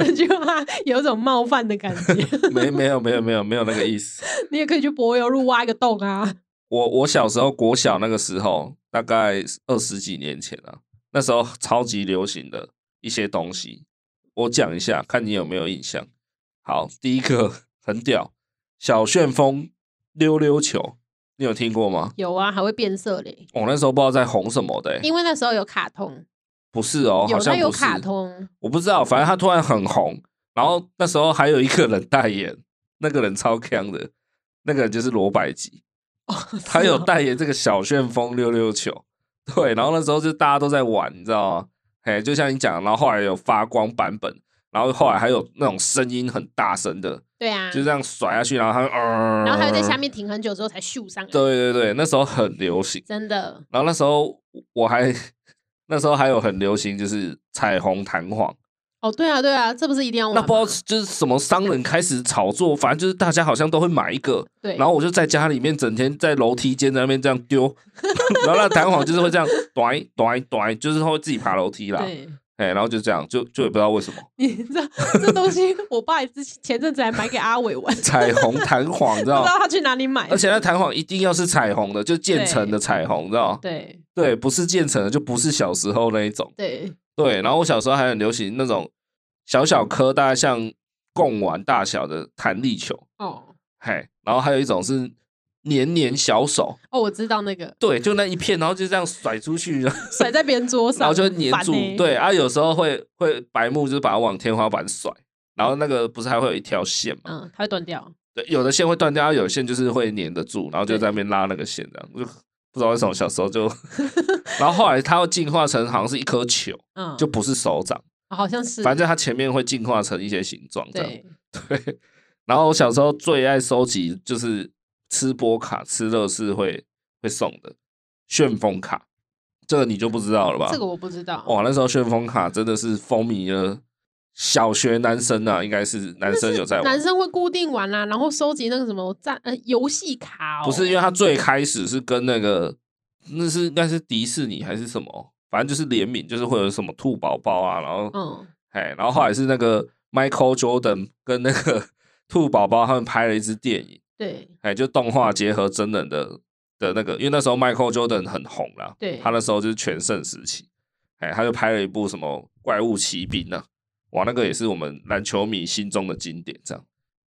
Speaker 2: 那就怕有一种冒犯的感觉。
Speaker 1: 没没有没有没有没有那个意思。
Speaker 2: 你也可以去柏油路挖一个洞啊。
Speaker 1: 我我小时候国小那个时候，大概二十几年前啊，那时候超级流行的一些东西，我讲一下，看你有没有印象。好，第一个很屌，小旋风溜溜球，你有听过吗？
Speaker 2: 有啊，还会变色嘞，
Speaker 1: 我、那时候不知道在红什么的、欸，
Speaker 2: 因为那时候有卡通，
Speaker 1: 不是哦，
Speaker 2: 有
Speaker 1: 好
Speaker 2: 它
Speaker 1: 像
Speaker 2: 有
Speaker 1: 不是
Speaker 2: 卡， 通，
Speaker 1: 我不知道，反正他突然很红，然后那时候还有一个人代言，那个人超强的，那个人就是罗百吉。他有代言这个小旋风溜溜球，
Speaker 2: 嗯
Speaker 1: 对，然后那时候就大家都在玩，你知道吗？哎，就像你讲，然后后来有发光版本，然后后来还有那种声音很大声的，
Speaker 2: 对啊，
Speaker 1: 就这样甩下去，然后他呃，
Speaker 2: 然后还会在下。面停很久之后才咻上来，
Speaker 1: 对对对，那时候很流行，
Speaker 2: 真的
Speaker 1: 然后那时候我还 那时候还有很流行，就是彩虹弹簧。
Speaker 2: 哦，对啊，对啊，这不是一定要玩
Speaker 1: 那
Speaker 2: 吗？
Speaker 1: 不知道就是什么商人开始炒作，反正就是大家好像都会买一个，
Speaker 2: 对，
Speaker 1: 然后我就在家里面整天在楼梯间在那边这样丢， 然后那弹簧就是会这样短短短，就是它会自己爬楼梯啦，
Speaker 2: 对，
Speaker 1: 哎，然后就这样，就就也不知道为什么
Speaker 2: 你知道这东西，我爸也之前前阵子还买给阿伟 玩，不知
Speaker 1: 彩虹弹簧，你知道
Speaker 2: 道
Speaker 1: 吗？
Speaker 2: 他去哪里买的，
Speaker 1: 而且那弹簧一定要是彩虹的，就建成的彩虹，你知道吗？
Speaker 2: 对
Speaker 1: 对，不是建成的，就不是小时候那一种。
Speaker 2: 对，
Speaker 1: 对，然后我小时候还很流行那种小小颗，大概像贡丸大小的弹力球，
Speaker 2: 哦
Speaker 1: 嘿，然后还有一种是黏黏小手，
Speaker 2: 哦，我知道那个
Speaker 1: 对，就那一片，然后就这样甩出去，然后
Speaker 2: 甩在别人桌 上，
Speaker 1: 然后就会粘
Speaker 2: 烦
Speaker 1: 住
Speaker 2: 欸。
Speaker 1: 对啊，有时候会会白目，就是把它往天花板甩，然后那个不是还会有一条线嘛？
Speaker 2: 嗯，它会断掉。
Speaker 1: 对，有的线会断掉，啊有的线就是会粘得住，然后就
Speaker 2: 对
Speaker 1: 在那边拉那个线，这样就不知道为什么小时候就， 然后后来它会进化成好像是一颗球，
Speaker 2: 嗯，哦
Speaker 1: 就不是手掌，
Speaker 2: 好像是，
Speaker 1: 反正它前面会进化成一些形状这样。
Speaker 2: 嗯对，
Speaker 1: 对，然后我小时候最爱收集就是吃波卡、吃乐事会会送的旋风卡，这个你就不知道了吧？哦
Speaker 2: 这个我不知道。
Speaker 1: 哇，那时候旋风卡真的是风靡了小学男生啊，应该是男生有在
Speaker 2: 男
Speaker 1: 玩。
Speaker 2: 生会固定玩啦、然后收集那个什么战呃游戏卡、哦，
Speaker 1: 不是因为他最开始是跟那个，那是应该是迪士尼还是什么，反正就是联名，就是会有什么兔宝宝啊，然后
Speaker 2: 嗯
Speaker 1: 哎、然后后来是那个 Michael Jordan 跟那个 兔宝宝他们拍了一支电影，
Speaker 2: 对
Speaker 1: 哎、就动
Speaker 2: 嗯
Speaker 1: 画结合真人的的那个，因为那时候 Michael Jordan 很红啦，
Speaker 2: 对
Speaker 1: 他那时候就是全盛时期，哎、他就拍了一部什么《怪物骑兵》啊，哇，那个也是我们篮球迷心中的经典，这样，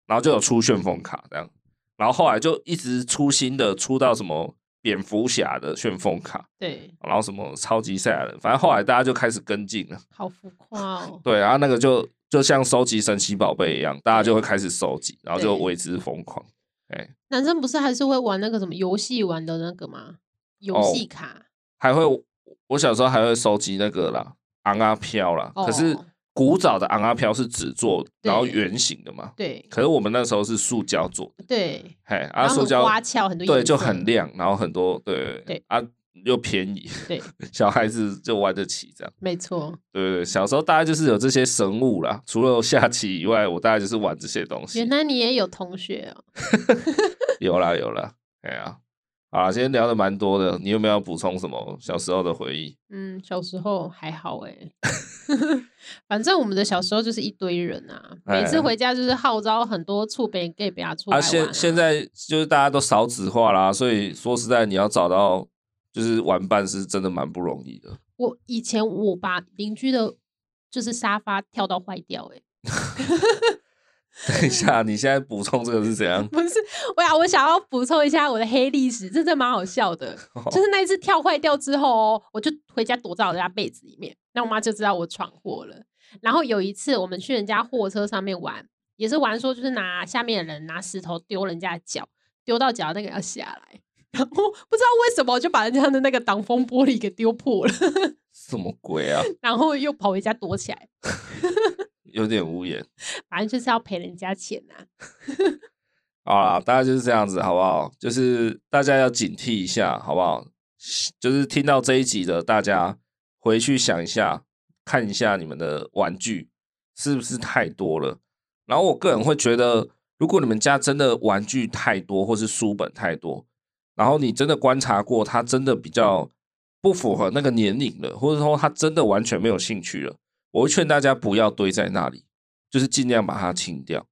Speaker 1: 然后就有出旋风卡这样，然后后来就一直出新的，出到什么蝙蝠侠的旋风卡，
Speaker 2: 对，
Speaker 1: 然后什么超级赛亚人，反正后来大家就开始跟进了，。
Speaker 2: 好浮夸哦
Speaker 1: 对，然后那个就就像收集神奇宝贝一样，大家就会开始收集，然后就
Speaker 2: 对
Speaker 1: 为之疯狂。哎，
Speaker 2: 男生不是还是会玩那个什么游戏玩的那个吗？游
Speaker 1: 哦
Speaker 2: 戏卡，
Speaker 1: 还会我小时候还会收集那个啦，昂阿飘啦。可是
Speaker 2: 哦
Speaker 1: 古早的昂阿飘是纸做，然后
Speaker 2: 对
Speaker 1: 圆形的嘛。
Speaker 2: 对
Speaker 1: 可是我们那时候是塑胶做的，
Speaker 2: 对，
Speaker 1: 嘿，啊，
Speaker 2: 然后
Speaker 1: 塑胶
Speaker 2: 很花俏，很多
Speaker 1: 对
Speaker 2: 颜
Speaker 1: 就
Speaker 2: 色
Speaker 1: 很亮，然后很多对
Speaker 2: 对
Speaker 1: 啊又便宜，
Speaker 2: 对，
Speaker 1: 小孩子就玩得起这样。
Speaker 2: 没错，
Speaker 1: 对对对，小时候大概就是有这些神物啦，除了下棋以外，我大概就是玩这些东西
Speaker 2: 原。来你也有同学哦，
Speaker 1: 有啦有啦，哎呀、啊，啊，今天聊的蛮多的，你有没有要补充什么小时候的回忆？
Speaker 2: 嗯，小时候还好哎、 反正我们的小时候就是一堆人啊，每
Speaker 1: 哎
Speaker 2: 次回家就是号召很多处北 gay 比出来
Speaker 1: 啊，
Speaker 2: 玩、
Speaker 1: 现现在就是大家都少子化啦，所以说实在，你要找到就是玩伴是真的蛮不容易的。
Speaker 2: 我以前我把邻居的就是沙发跳到坏掉哎、
Speaker 1: 等一下，你现在补充这个是怎样？
Speaker 2: 不是， 我呀，我想要补充一下我的黑历史，这真的蛮好笑的。就是那一次跳坏掉之后哦，我就回家躲在我家被子里面，那我妈就知道我闯祸了。然后有一次我们去人家货车上面玩，也是玩说就是拿下面的人拿石头丢人家的脚，丢到脚那个要下来。 然后不知道为什么我就把人家的那个挡风玻璃给丢破了，
Speaker 1: 什么鬼啊？
Speaker 2: 然后又跑回家躲起来，
Speaker 1: 有点无言。
Speaker 2: 反正就是要赔人家钱呐、啊。
Speaker 1: 好啦，大家就是这样子，好不好？就是大家要警惕一下，好不好？就是听到这一集的大家，回去想一下，看一下你们的玩具是不是太多了。然后我个人会觉得，如果你们家真的玩具太多，或是书本太多，然后你真的观察过，它真的比较不符合那个年龄了，或者说他真的完全没有兴趣了，我会劝大家不要堆在那里，就是尽量把它清掉。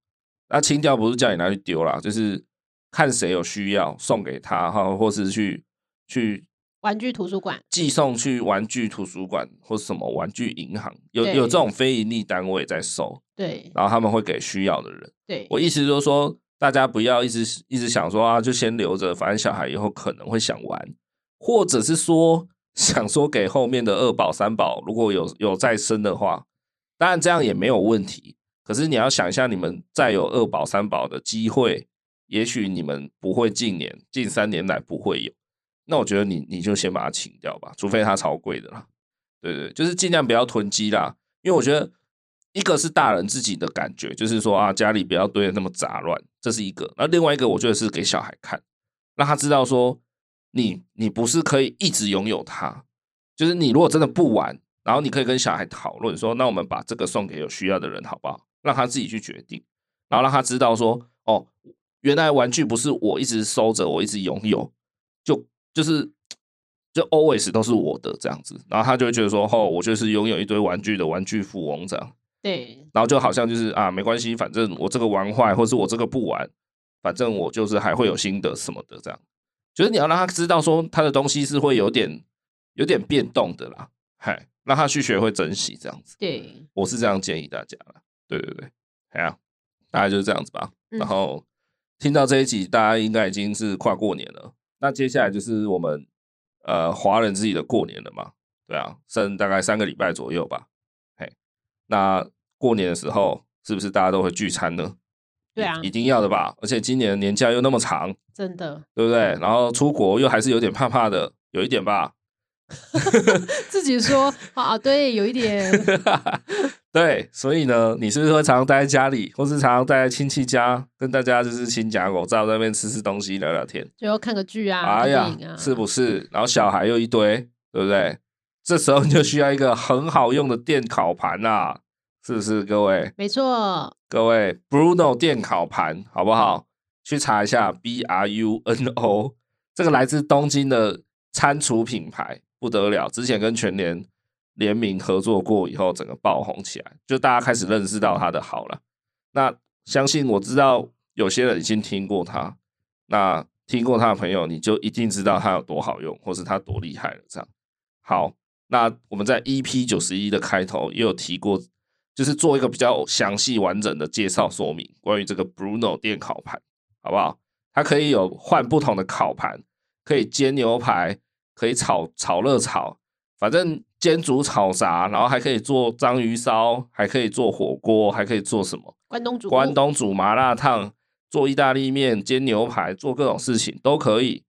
Speaker 1: 那清掉不是叫你拿去丢啦，就是看谁有需要送给他哈，或是去去
Speaker 2: 玩具图书馆，
Speaker 1: 寄送去玩具图书馆或什么玩具银行，有
Speaker 2: 对
Speaker 1: 有这种非盈利单位在收，
Speaker 2: 对
Speaker 1: 然后他们会给需要的人。
Speaker 2: 对，
Speaker 1: 我意思就是说，大家不要一直一直想说啊，就先留着，反正小孩以后可能会想玩，或者是说 想说给后面的二宝、三宝，如果有有再生的话，当然这样也没有问题。可是你要想一下，你们再有二宝、三宝的机会，也许你们不会近年、近三年来不会有。那我觉得你你就先把它清掉吧，除非它超贵的啦。对对，就是尽量不要囤积啦，因为我觉得一个是大人自己的感觉，就是说啊，家里不要堆的那么杂乱，这是一个。那另外一个，我觉得是给小孩看，让他知道说，你你不是可以一直拥有它，就是你如果真的不玩，然后你可以跟小孩讨论说，那我们把这个送给有需要的人，好不好？让他自己去决定，然后让他知道说，哦，原来玩具不是我一直收着，我一直拥有，就就是就 always 都是我的这样子，然后他就会觉得说，哦，我就是拥有一堆玩具的玩具富翁这样。
Speaker 2: 对
Speaker 1: 然后就好像就是啊，没关系，反正我这个玩坏，或是我这个不玩，反正我就是还会有新的什么的这样。就是你要让他知道说他的东西是会有点有点变动的啦，嗨，让他去学会珍惜这样子。
Speaker 2: 对，
Speaker 1: 我是这样建议大家啦。对对对，哎呀、大概就是这样子吧。
Speaker 2: 嗯
Speaker 1: 然后听到这一集，大家应该已经是跨过年了。那接下来就是我们呃华人自己的过年了嘛，对啊，剩大概三个礼拜左右吧。嘿，那过年的时候是不是大家都会聚餐呢？
Speaker 2: 对啊
Speaker 1: 一一定要的吧。而且今年的年假又那么长，
Speaker 2: 真的
Speaker 1: 对不对？然后出国又还是有点怕怕的，有一点吧。
Speaker 2: 自己说啊，对，有一点
Speaker 1: 对，所以呢，你是不是会常常待在家里，或是常常待在亲戚家，跟大家就是亲家狗在那边吃吃东西、聊聊天？
Speaker 2: 就要看个剧啊，
Speaker 1: 哎
Speaker 2: 看
Speaker 1: 呀
Speaker 2: 电影啊，，
Speaker 1: 是不是？然后小孩又一堆，对不对？这时候你就需要一个很好用的电烤盘啊，是不是？各位
Speaker 2: 没错，
Speaker 1: 各位，Bruno 电烤盘好不好？去查一下 B R U N O，这个来自东京的餐厨品牌，不得了，之前跟全联联名合作过，以后整个爆红起来，就大家开始认识到它的好了。那相信我知道有些人已经听过它，那听过它的朋友，你就一定知道它有多好用，或是它多厉害了。这样好，那我们在 EP 九十一的开头也有提过，就是做一个比较详细完整的介绍说明，关于这个 Bruno 电烤盘，好不好？它可以有换不同的烤盘，可以煎牛排，可以炒炒热炒，反正煎煮炒炸，然后还可以做章鱼烧，还可以做火锅，还可以做什么？
Speaker 2: 关东煮，
Speaker 1: 关东煮麻辣烫，做意大利面、煎牛排，做各种事情都可以。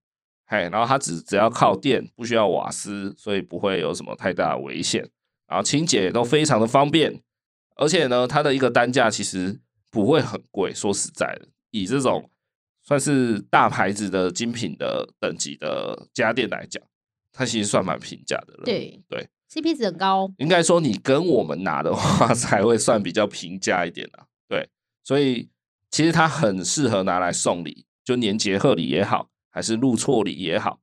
Speaker 1: 嘿，然后它只只要靠电，不需要瓦斯，所以不会有什么太大的危险。然后清洁也都非常的方便，而且呢，它的一个单价其实不会很贵。说实在的，以这种算是大牌子的精品的等级的家电来讲，它其实算蛮平价的了。
Speaker 2: 对
Speaker 1: 对
Speaker 2: ，CP 值很高，
Speaker 1: 应该说你跟我们拿的话 才会算比较平价一点啦。对，所以其实它很适合拿来送礼，就年节贺礼也好，还是入错礼也好，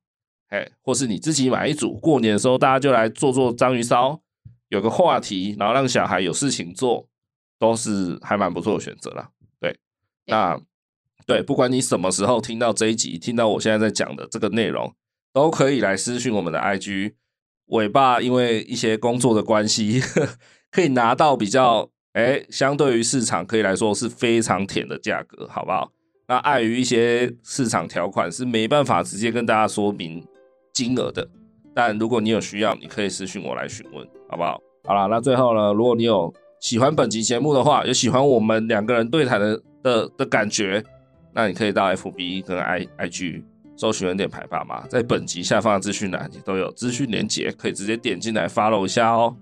Speaker 1: 哎，或是你自己买一组，过年的时候大家就来做做章鱼烧，有个话题，然后让小孩有事情做，都是还蛮不错的选择啦。对，那对，不管你什么时候听到这一集，听到我现在在讲的这个内容，都可以来私讯我们的 IG。尾巴因为一些工作的关系， 可以拿到比较哎、相对于市场可以来说是非常甜的价格，好不好？那碍于一些市场条款是没办法直接跟大家说明金额的，但如果你有需要，你可以私讯我来询问，好不好？好啦，那最后呢，如果你有喜欢本集节目的话，有喜欢我们两个人对谈的的的感觉，那你可以到 FB 跟 I IG 搜寻恩典牌爸妈，在本集下方的资讯栏也都有资讯连结，可以直接点进来 follow 一下哦。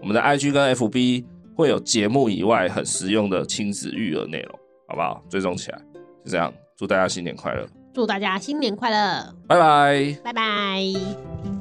Speaker 1: 我们的 IG 跟 FB 会有节目以外很实用的亲子育儿内容，好不好？追踪起来，就这样，祝大家新年快乐，
Speaker 2: 祝大家新年快乐，
Speaker 1: 拜拜。
Speaker 2: 拜拜。